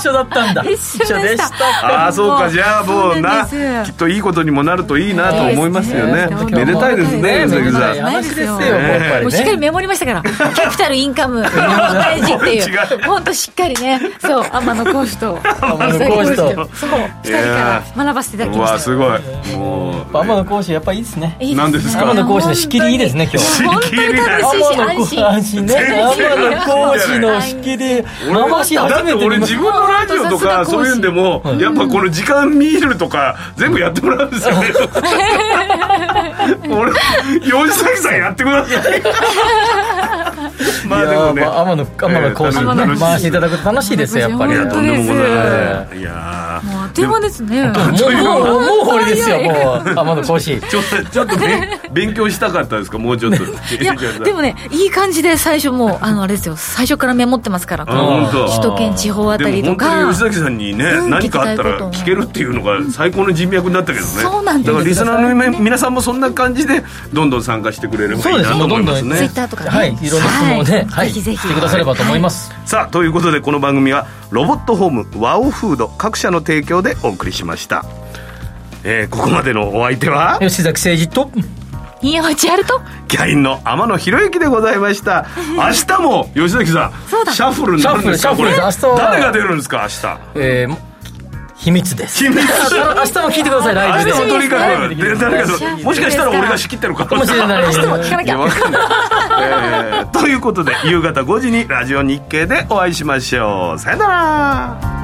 Speaker 3: 一緒だったんだ。
Speaker 5: 一緒でした
Speaker 4: ああそうかじゃあもうな
Speaker 5: そうなん
Speaker 4: き
Speaker 5: です
Speaker 4: っといいことにもなるといいなと思いますよね
Speaker 5: そうです
Speaker 4: め
Speaker 5: ね
Speaker 4: でたいですね
Speaker 5: め
Speaker 4: 関
Speaker 5: で
Speaker 4: さ
Speaker 5: た
Speaker 4: ん
Speaker 5: い
Speaker 3: 話ですよ、
Speaker 5: ね
Speaker 3: やっ
Speaker 5: もう
Speaker 3: ぱり
Speaker 5: しっかり
Speaker 3: ね。
Speaker 5: メモりましたから、キャピタルインカム、大事って
Speaker 4: 違
Speaker 5: いう、本当しっかりね、そう、天野講師と、
Speaker 3: 天野講師と
Speaker 5: そう、二人から学ばせていただき
Speaker 4: う
Speaker 5: ま
Speaker 4: わ
Speaker 5: した。
Speaker 4: すごいもう
Speaker 3: 天野講師やっぱいいですね。
Speaker 5: いい
Speaker 4: 何ですか
Speaker 3: 天野講師の仕切りいいですね、今日。
Speaker 5: 本当に楽しいし、
Speaker 3: 天
Speaker 5: 安
Speaker 3: 野講
Speaker 5: 心。
Speaker 3: 安心ね。
Speaker 4: 全然
Speaker 3: 天野講師の仕切り。回し
Speaker 4: だ
Speaker 3: 初
Speaker 4: って
Speaker 3: めて
Speaker 4: 俺
Speaker 3: 見ま
Speaker 4: 自
Speaker 3: し
Speaker 4: 分のラジオとか
Speaker 5: さすが講師
Speaker 4: そういうんでもやっぱこの時間見るとか全部やってもらうんですよね 俺吉崎さんやってくださいま
Speaker 3: た。い
Speaker 4: あでも
Speaker 3: や
Speaker 4: ね
Speaker 3: まあ天野天野講師
Speaker 4: えー楽しい
Speaker 3: 回していただくと楽しいですよ、やっぱ
Speaker 4: い
Speaker 3: り。
Speaker 4: や
Speaker 3: も
Speaker 4: とんでもござい
Speaker 5: 本
Speaker 4: ませんいやー
Speaker 5: もうあっという間ですね。
Speaker 3: う、もう、もう終わりですよ、もう。天野講師。
Speaker 4: ちょっとちょっと勉勉強したかったですかもうちょっと
Speaker 5: いや、でもね、いい感じで最初もう、あの、あれですよ、最初からメモってますから、こ
Speaker 4: あ
Speaker 5: の
Speaker 4: 本当
Speaker 5: 首都圏地方あたりと
Speaker 4: でも
Speaker 5: か
Speaker 4: 本当に吉。崎さんにね、
Speaker 5: うん
Speaker 4: 何かあったら
Speaker 5: 聞き
Speaker 4: 聞
Speaker 5: た
Speaker 4: け
Speaker 5: いこ
Speaker 4: る
Speaker 5: と
Speaker 4: っていうのが最高の人脈になったけどね
Speaker 5: そうなんです
Speaker 4: だからリスナーのみ皆さんもそんな感じでどんどん参加してくれればいいなと思います
Speaker 5: ツイ
Speaker 4: ね
Speaker 5: ッターとかね
Speaker 3: はい、いろんな質問をね、
Speaker 5: は
Speaker 3: はいい、
Speaker 5: ぜひぜひ
Speaker 3: してくださればと思います。
Speaker 4: さあということでこの番組はロボットホームワオフード各社の提供でお送りしました、えーここまでのお相手は
Speaker 3: 吉崎誠二と、
Speaker 5: 新山千春と、
Speaker 4: キャインの天野博之でございました明日も吉崎さんシャッフルになるんです
Speaker 3: シャ
Speaker 4: か
Speaker 3: ッ
Speaker 4: こ
Speaker 3: フル
Speaker 4: れ
Speaker 3: シャッフルです明日は
Speaker 4: 誰が出るんですか明日
Speaker 3: えー、秘密です。
Speaker 4: 秘密
Speaker 3: あ明日も聞いてください、ライブ
Speaker 4: 明
Speaker 3: で。
Speaker 4: 日もとにか
Speaker 3: ライ
Speaker 4: く
Speaker 3: ブで聞いて
Speaker 4: で
Speaker 3: くださ
Speaker 4: 誰
Speaker 3: い
Speaker 4: かともしかしたら俺が仕切ってるか
Speaker 3: かもしれない。
Speaker 5: 聞かなき
Speaker 4: や
Speaker 5: ゃ
Speaker 4: わ。かんない、えーということで夕方5時にラジオ日経でお会いしましょうさよなら